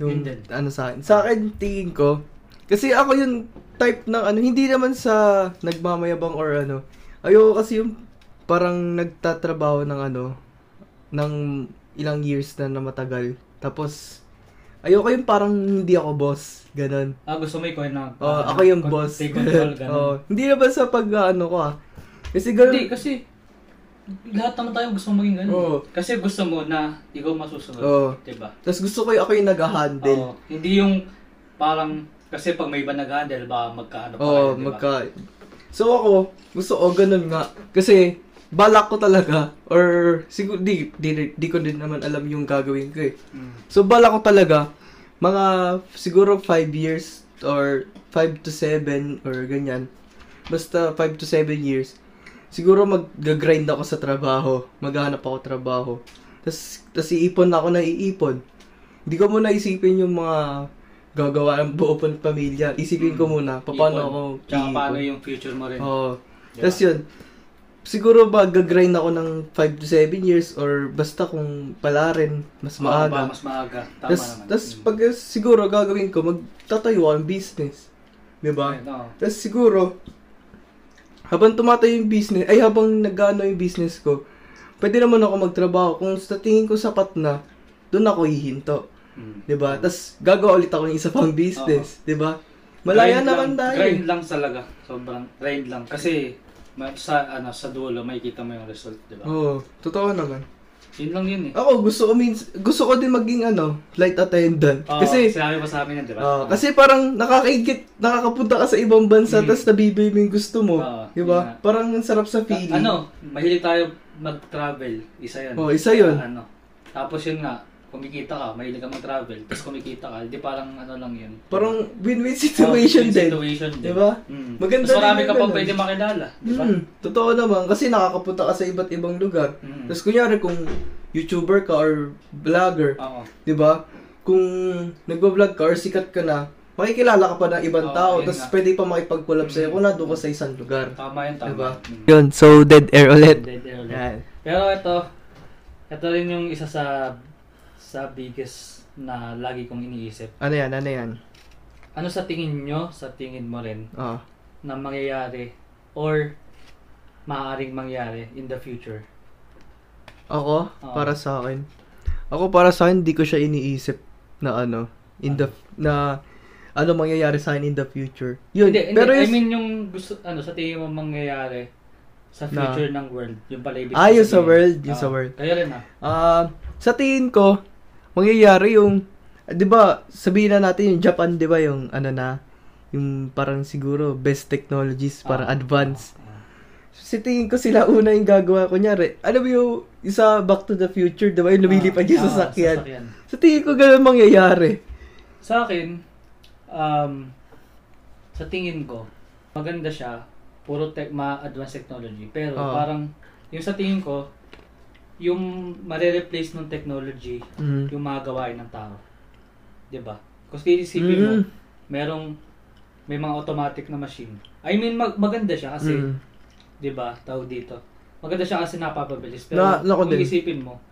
Speaker 2: Yung
Speaker 1: Yun din.
Speaker 2: ano sa akin. Sa akin, tingin ko, kasi ako yung type ng ano, hindi naman sa nagmamayabang or ano. Ayoko kasi yung parang nagtatrabaho ng ano, ng ilang years na na matagal. Tapos, ayoko yung parang hindi ako boss. Ganon.
Speaker 1: Ah, gusto mo ikaw na...
Speaker 2: Oh, ako yung
Speaker 1: Ah, con-
Speaker 2: boss. Oh.
Speaker 1: Take control,
Speaker 2: Oo.
Speaker 1: ganun.
Speaker 2: hindi naman sa pag ano ko ah. Kasi
Speaker 1: Hindi,
Speaker 2: ganun.
Speaker 1: kasi... Lahat naman tayo gusto maging ganun.
Speaker 2: Oo.
Speaker 1: Kasi gusto mo na ikaw masusunod.
Speaker 2: Oo.
Speaker 1: Diba?
Speaker 2: Tapos gusto ko yung ako yung nag-handle.
Speaker 1: Oo. Hindi yung parang... Kasi pag may iba nag-handle, baka magkaano pa
Speaker 2: Oo,
Speaker 1: kayo, diba?
Speaker 2: Oh, magka... So ako, gusto ko ganun nga. Kasi, balak ko talaga. Or, siguro, di, di, di ko din naman alam yung gagawin ko eh.
Speaker 1: Mm.
Speaker 2: So, balak ko talaga. Mga, siguro 5 years or 5 to 7 or ganyan. Basta 5 to 7 years. Siguro mag-grind ako sa trabaho. Maghanap ako trabaho. Tapos, iipon ako na iipon. Hindi ko muna isipin yung mga gagawa ng buo pang pamilya. Isipin ko muna, pa- paano
Speaker 1: Hmm. Ipon.
Speaker 2: ako
Speaker 1: Tsaka paano
Speaker 2: iipon. Oh,
Speaker 1: yung future mo rin.
Speaker 2: Oo. Tapos yun, siguro ba gagrind ako ng 5 to 7 years or basta kung pala rin, mas
Speaker 1: Oo, ba,
Speaker 2: maaga.
Speaker 1: Mas maaga. Tama
Speaker 2: Tapos
Speaker 1: naman.
Speaker 2: tas
Speaker 1: Mm.
Speaker 2: pag eh, siguro gagawin ko, magtatayo ako ng business. Di ba?
Speaker 1: Ayun, oo.
Speaker 2: Tapos siguro, habang tumatayo yung business, ay habang nagano yung business ko, pwede naman ako magtrabaho. Kung sa tingin ko sapat na, doon ako hihinto.
Speaker 1: Mm.
Speaker 2: Di ba? Tapos gagawa ulit ako ng isa pang business. Di ba? Malaya
Speaker 1: Grind
Speaker 2: naman
Speaker 1: lang-
Speaker 2: tayo.
Speaker 1: Grind lang talaga. Sobrang grind lang. Kasi ma- sa ano sa dulo makikita mo yung result, di ba?
Speaker 2: Oo, totoo naman.
Speaker 1: Yun lang yun eh.
Speaker 2: Ako, gusto ko, mins- gusto ko din maging ano, flight attendant.
Speaker 1: Oo,
Speaker 2: kasi,
Speaker 1: Oh, sinabi pa sa amin yan, di ba? Oh.
Speaker 2: oo, kasi
Speaker 1: Diba?
Speaker 2: parang nakakaigit, nakakapunta ka sa ibang bansa,
Speaker 1: Mm.
Speaker 2: tas nabibili mo yung gusto mo.
Speaker 1: Oo,
Speaker 2: di
Speaker 1: yun
Speaker 2: ba?
Speaker 1: nga.
Speaker 2: Parang ang sarap sa
Speaker 1: Ta-
Speaker 2: feeling.
Speaker 1: ano, mahilig tayo mag-travel. Isa yun.
Speaker 2: Oo, isa yun.
Speaker 1: Ah, ano. Tapos yun nga, kumikita ka, mahilig ka mag-travel, tapos kumikita ka, di parang ano lang yun.
Speaker 2: Parang win-win
Speaker 1: Oh,
Speaker 2: situation din.
Speaker 1: Situation din.
Speaker 2: Di ba?
Speaker 1: Mm.
Speaker 2: Maganda
Speaker 1: Mas marami ka
Speaker 2: din yung
Speaker 1: pa
Speaker 2: ganun.
Speaker 1: pwede makilala, di ba?
Speaker 2: Hmm, totoo naman. Kasi nakakapunta ka sa iba't ibang lugar.
Speaker 1: Mm.
Speaker 2: Tapos kunyari kung YouTuber ka or vlogger,
Speaker 1: Oo.
Speaker 2: di ba? Kung nagbo-vlog ka or sikat ka na, makikilala ka pa ng
Speaker 1: Oo,
Speaker 2: ibang tao,
Speaker 1: yun nga.
Speaker 2: tapos
Speaker 1: Mm.
Speaker 2: pwede pa makipag-collab sa'yo kung nandun ka sa isang lugar.
Speaker 1: Tama yun, tama.
Speaker 2: Diba?
Speaker 1: Mm.
Speaker 2: Yun, so dead air ulit.
Speaker 1: Dead air ulit. Pero ito, ito rin yung isa sa sa biggest na lagi kong iniisip.
Speaker 2: Ano yan, ano yan?
Speaker 1: Ano sa tingin nyo, sa tingin mo rin,
Speaker 2: Ah.
Speaker 1: na mangyayari or maaaring mangyari in the future?
Speaker 2: Ako,
Speaker 1: Oo.
Speaker 2: para sa akin. Ako para sa akin, di ko siya iniisip na ano, in the, na ano mangyayari sa akin in the future. Yun,
Speaker 1: hindi, hindi.
Speaker 2: pero
Speaker 1: I
Speaker 2: yung-
Speaker 1: mean yung gusto, ano, sa tingin mo mangyayari sa
Speaker 2: Na-
Speaker 1: future ng world. Yung pala ibig
Speaker 2: Ah, yung sa
Speaker 1: sabihin.
Speaker 2: world, yung
Speaker 1: Ah,
Speaker 2: sa world.
Speaker 1: Kayo rin ah.
Speaker 2: Ah, sa tingin ko, mangyayari yung, ah, di ba, sabihin na natin yung Japan, di ba, yung ano na, yung parang siguro best technologies, parang
Speaker 1: Ah.
Speaker 2: advanced.
Speaker 1: Ah.
Speaker 2: Sa tingin ko sila una yung gagawa, kunyari, alam mo yung isa Back to the Future, di ba, yung lumilipad yung
Speaker 1: Ah,
Speaker 2: sasakyan. Sa tingin ko, ganun mangyayari.
Speaker 1: Sa akin, um, sa tingin ko, maganda siya, puro tech, ma-advanced technology. Pero
Speaker 2: Oo.
Speaker 1: parang, yung sa tingin ko, yung mare-replace ng technology,
Speaker 2: Mm.
Speaker 1: yung mga gawain ng tao. 'Di ba? Kasi isipin mo,
Speaker 2: Mm.
Speaker 1: merong, may mga automatic na machine. I mean, mag- maganda siya kasi,
Speaker 2: Mm.
Speaker 1: 'di ba, tawag dito. Maganda siya kasi napapabilis.
Speaker 2: Na-
Speaker 1: Pero
Speaker 2: nako
Speaker 1: kung
Speaker 2: din.
Speaker 1: isipin mo,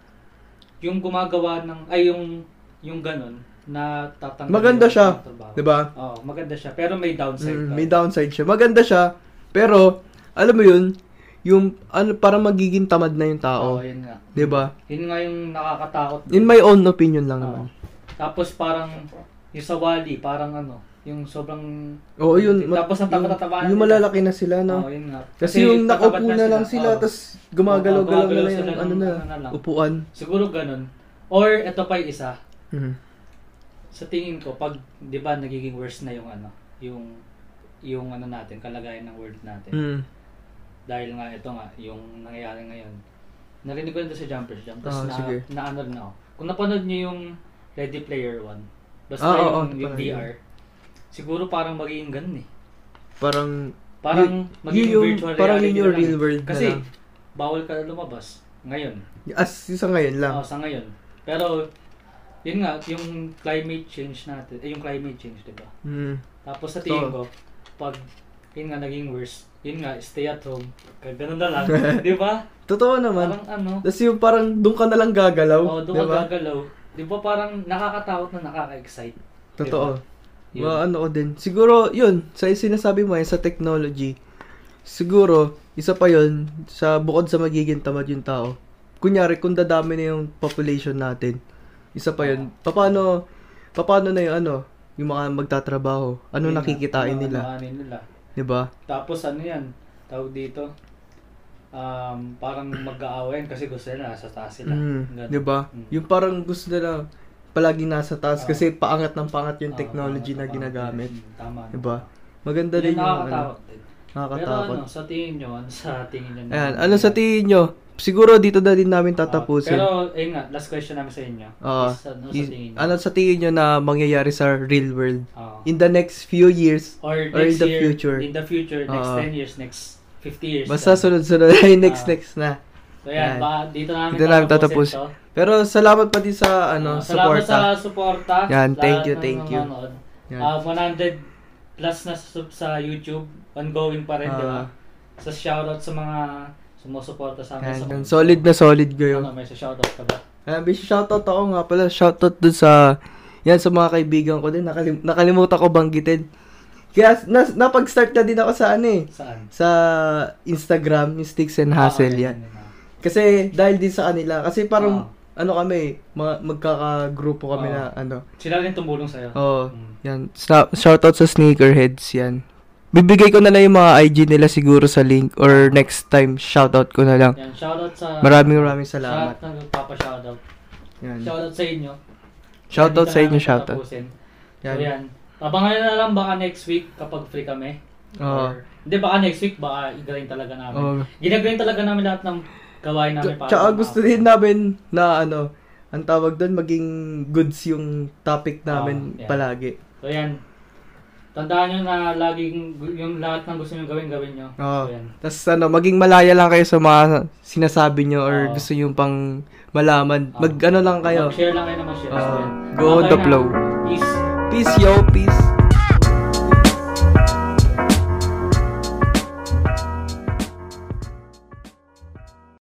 Speaker 1: yung gumagawa ng ay yung yung ganun na tatanggal.
Speaker 2: Maganda
Speaker 1: yung
Speaker 2: siya,
Speaker 1: trabaho.
Speaker 2: di ba?
Speaker 1: Oo, maganda siya pero may downside.
Speaker 2: Mm,
Speaker 1: daw.
Speaker 2: may downside siya. Maganda siya, pero, alam mo yun, yung, ano, parang magiging tamad na yung
Speaker 1: Oo,
Speaker 2: tao.
Speaker 1: yun nga.
Speaker 2: Di ba?
Speaker 1: Yun nga yung nakakatakot.
Speaker 2: In my own opinion lang
Speaker 1: Oo.
Speaker 2: naman.
Speaker 1: Ah. Tapos parang yung sa Wally, parang ano, yung sobrang
Speaker 2: Oo, yun. ma-
Speaker 1: Tapos ang
Speaker 2: yung-
Speaker 1: tatatabaan
Speaker 2: Yung
Speaker 1: nila.
Speaker 2: malalaki na sila, no?
Speaker 1: Oo, yun nga.
Speaker 2: Kasi, yung
Speaker 1: tatabat
Speaker 2: nakaupo na lang sila,
Speaker 1: Oo.
Speaker 2: tapos gumagalaw-galaw
Speaker 1: Oo,
Speaker 2: na
Speaker 1: gumagalaw
Speaker 2: lang yung
Speaker 1: sila ng-
Speaker 2: ano na,
Speaker 1: ano na lang.
Speaker 2: upuan.
Speaker 1: siguro ganun. Or ito pa yung isa,
Speaker 2: Mhm.
Speaker 1: sa tingin ko pag 'di ba nagiging worse na yung ano, yung yung ano natin, kalagayan ng world natin.
Speaker 2: Mm.
Speaker 1: Dahil nga ito nga, yung nangyayari ngayon. Narinig ko nito sa Jumpers Jump, tapos
Speaker 2: Ah,
Speaker 1: na,
Speaker 2: sige.
Speaker 1: naano rin ako. Kung napanood niyo yung Ready Player One, basta yung,
Speaker 2: Ah, oo,
Speaker 1: yung
Speaker 2: napanood
Speaker 1: VR, siguro parang magiging ganun eh.
Speaker 2: Parang,
Speaker 1: Parang
Speaker 2: Yun-
Speaker 1: magiging
Speaker 2: yun yung-
Speaker 1: virtual
Speaker 2: parang yun
Speaker 1: reality
Speaker 2: yung
Speaker 1: na lang.
Speaker 2: real world na
Speaker 1: Kasi,
Speaker 2: lang.
Speaker 1: bawal ka na lumabas. Ngayon.
Speaker 2: as isa ngayon lang.
Speaker 1: Oo, sa ngayon. Pero, yun nga, yung climate change natin, eh, yung climate change, di ba?
Speaker 2: Mm.
Speaker 1: Tapos sa tingin ko,
Speaker 2: So-
Speaker 1: pag yun nga naging worse, yun nga, stay at home, ka- ganun na lang, di ba?
Speaker 2: Totoo naman.
Speaker 1: Parang ano,
Speaker 2: Tapos yung parang, doon ka na lang gagalaw.
Speaker 1: oh, doon
Speaker 2: diba?
Speaker 1: ka gagalaw. Di ba parang nakakatakot na nakaka-excite?
Speaker 2: Totoo.
Speaker 1: Diba? Yun.
Speaker 2: Ma- ano ko din. Siguro, yun, sa sinasabi mo yan, sa technology, siguro, isa pa yun, sa bukod sa magiging tamad yung tao, kunyari, kung dadami na yung population natin, isa pa yun, paano, paano na yung ano, yung mga magtatrabaho, ano
Speaker 1: Yun nga,
Speaker 2: nakikitain
Speaker 1: ano-
Speaker 2: nila, Diba?
Speaker 1: ano- ano nila.
Speaker 2: 'di ba?
Speaker 1: Tapos ano yan, tawag dito, um, parang mag-aawayan kasi gusto nila nasa taas sila.
Speaker 2: Mm,
Speaker 1: Ganun.
Speaker 2: 'di ba?
Speaker 1: Mm. Ah.
Speaker 2: Yung parang gusto nila palaging nasa taas
Speaker 1: Oo.
Speaker 2: kasi paangat ng paangat yung
Speaker 1: Oo,
Speaker 2: technology
Speaker 1: Ah, tama,
Speaker 2: na
Speaker 1: tama.
Speaker 2: ginagamit,
Speaker 1: Mm, Tama.
Speaker 2: 'di ba? Maganda
Speaker 1: Yun,
Speaker 2: din yung ano,
Speaker 1: nakakatakot din.
Speaker 2: nakakatakot.
Speaker 1: Pero ano, sa tingin nyo, ano sa tingin nyo?
Speaker 2: Ayan, ano sa tingin nyo? Siguro dito na din namin
Speaker 1: Ah,
Speaker 2: tatapusin.
Speaker 1: pero, ayun nga, last question namin sa inyo.
Speaker 2: Oo.
Speaker 1: Is, ano sa
Speaker 2: Is-
Speaker 1: tingin nyo? Ah.
Speaker 2: ano sa tingin nyo na mangyayari sa real world?
Speaker 1: Oo.
Speaker 2: In the next few years,
Speaker 1: or,
Speaker 2: or
Speaker 1: next
Speaker 2: in the
Speaker 1: year,
Speaker 2: future.
Speaker 1: In the future, next
Speaker 2: Oo.
Speaker 1: 10 years, next 50 years.
Speaker 2: basta
Speaker 1: ganun.
Speaker 2: sunod-sunod, ay next,
Speaker 1: Ah.
Speaker 2: next na.
Speaker 1: So yan,
Speaker 2: Ayan.
Speaker 1: ba, dito namin
Speaker 2: Dito namin
Speaker 1: tatapusin to.
Speaker 2: Pero salamat pa din sa ano,
Speaker 1: Ah,
Speaker 2: support.
Speaker 1: Salamat sa suporta.
Speaker 2: Yan, thank
Speaker 1: lahat
Speaker 2: you,
Speaker 1: ng
Speaker 2: thank you.
Speaker 1: nanonood.
Speaker 2: Yan.
Speaker 1: Ah, 100 plus na sub sa YouTube. Ongoing pa rin,
Speaker 2: Ah.
Speaker 1: di ba? Sa shoutout sa mga sumusuporta sa amin. Sa
Speaker 2: Yan. Solid na solid kayo.
Speaker 1: Ano, may sa shoutout ka ba?
Speaker 2: Ah, may shoutout ako nga pala. Shoutout dun sa... Yan, sa mga kaibigan ko din. Nakalim- nakalimutan ko banggitin. Kaya nas- napag-start na din ako sa ano eh.
Speaker 1: Saan? Ah,
Speaker 2: Sa Instagram, yung Sticks and Hassle yan.
Speaker 1: yun, yun, yun.
Speaker 2: Kasi dahil din sa kanila. Kasi parang
Speaker 1: Ah.
Speaker 2: ano kami, mga magkakagrupo kami
Speaker 1: Ah.
Speaker 2: na ano.
Speaker 1: Sila rin tumulong sa'yo.
Speaker 2: Oo.
Speaker 1: Mm.
Speaker 2: Yan. Sa- shoutout sa sneakerheads yan. Bibigay ko na lang yung mga IG nila siguro sa link or next time shoutout ko na lang.
Speaker 1: Yan, shoutout sa...
Speaker 2: Maraming maraming salamat.
Speaker 1: Shoutout na papa-shoutout.
Speaker 2: Yan.
Speaker 1: Shoutout sa inyo.
Speaker 2: Shoutout
Speaker 1: Dito
Speaker 2: sa
Speaker 1: na
Speaker 2: inyo,
Speaker 1: namin
Speaker 2: shoutout.
Speaker 1: tatapusin. So,
Speaker 2: Yan.
Speaker 1: yan. Abangan na lang baka next week kapag free kami.
Speaker 2: Oo.
Speaker 1: Or- Hindi, baka next week, baka i-grind talaga namin.
Speaker 2: Oo.
Speaker 1: Ginagrain talaga namin lahat ng gawain namin. para
Speaker 2: Tsaka
Speaker 1: sa
Speaker 2: gusto
Speaker 1: mga-
Speaker 2: din namin na ano, ang tawag doon maging goods yung topic
Speaker 1: Ah,
Speaker 2: namin
Speaker 1: yeah.
Speaker 2: palagi.
Speaker 1: So yan. Tandaan nyo na laging gu- yung lahat ng gusto nyo gawin, gawin nyo.
Speaker 2: Oo.
Speaker 1: So, yan.
Speaker 2: Tapos ano, maging malaya lang kayo sa mga sinasabi nyo or
Speaker 1: Oo.
Speaker 2: gusto nyo pang malaman.
Speaker 1: Oo.
Speaker 2: Mag ano lang kayo.
Speaker 1: Mag-share lang kayo naman share.
Speaker 2: Oo.
Speaker 1: So, yan.
Speaker 2: Go on
Speaker 1: Okay
Speaker 2: the
Speaker 1: na.
Speaker 2: flow.
Speaker 1: Peace.
Speaker 2: Peace yo, peace.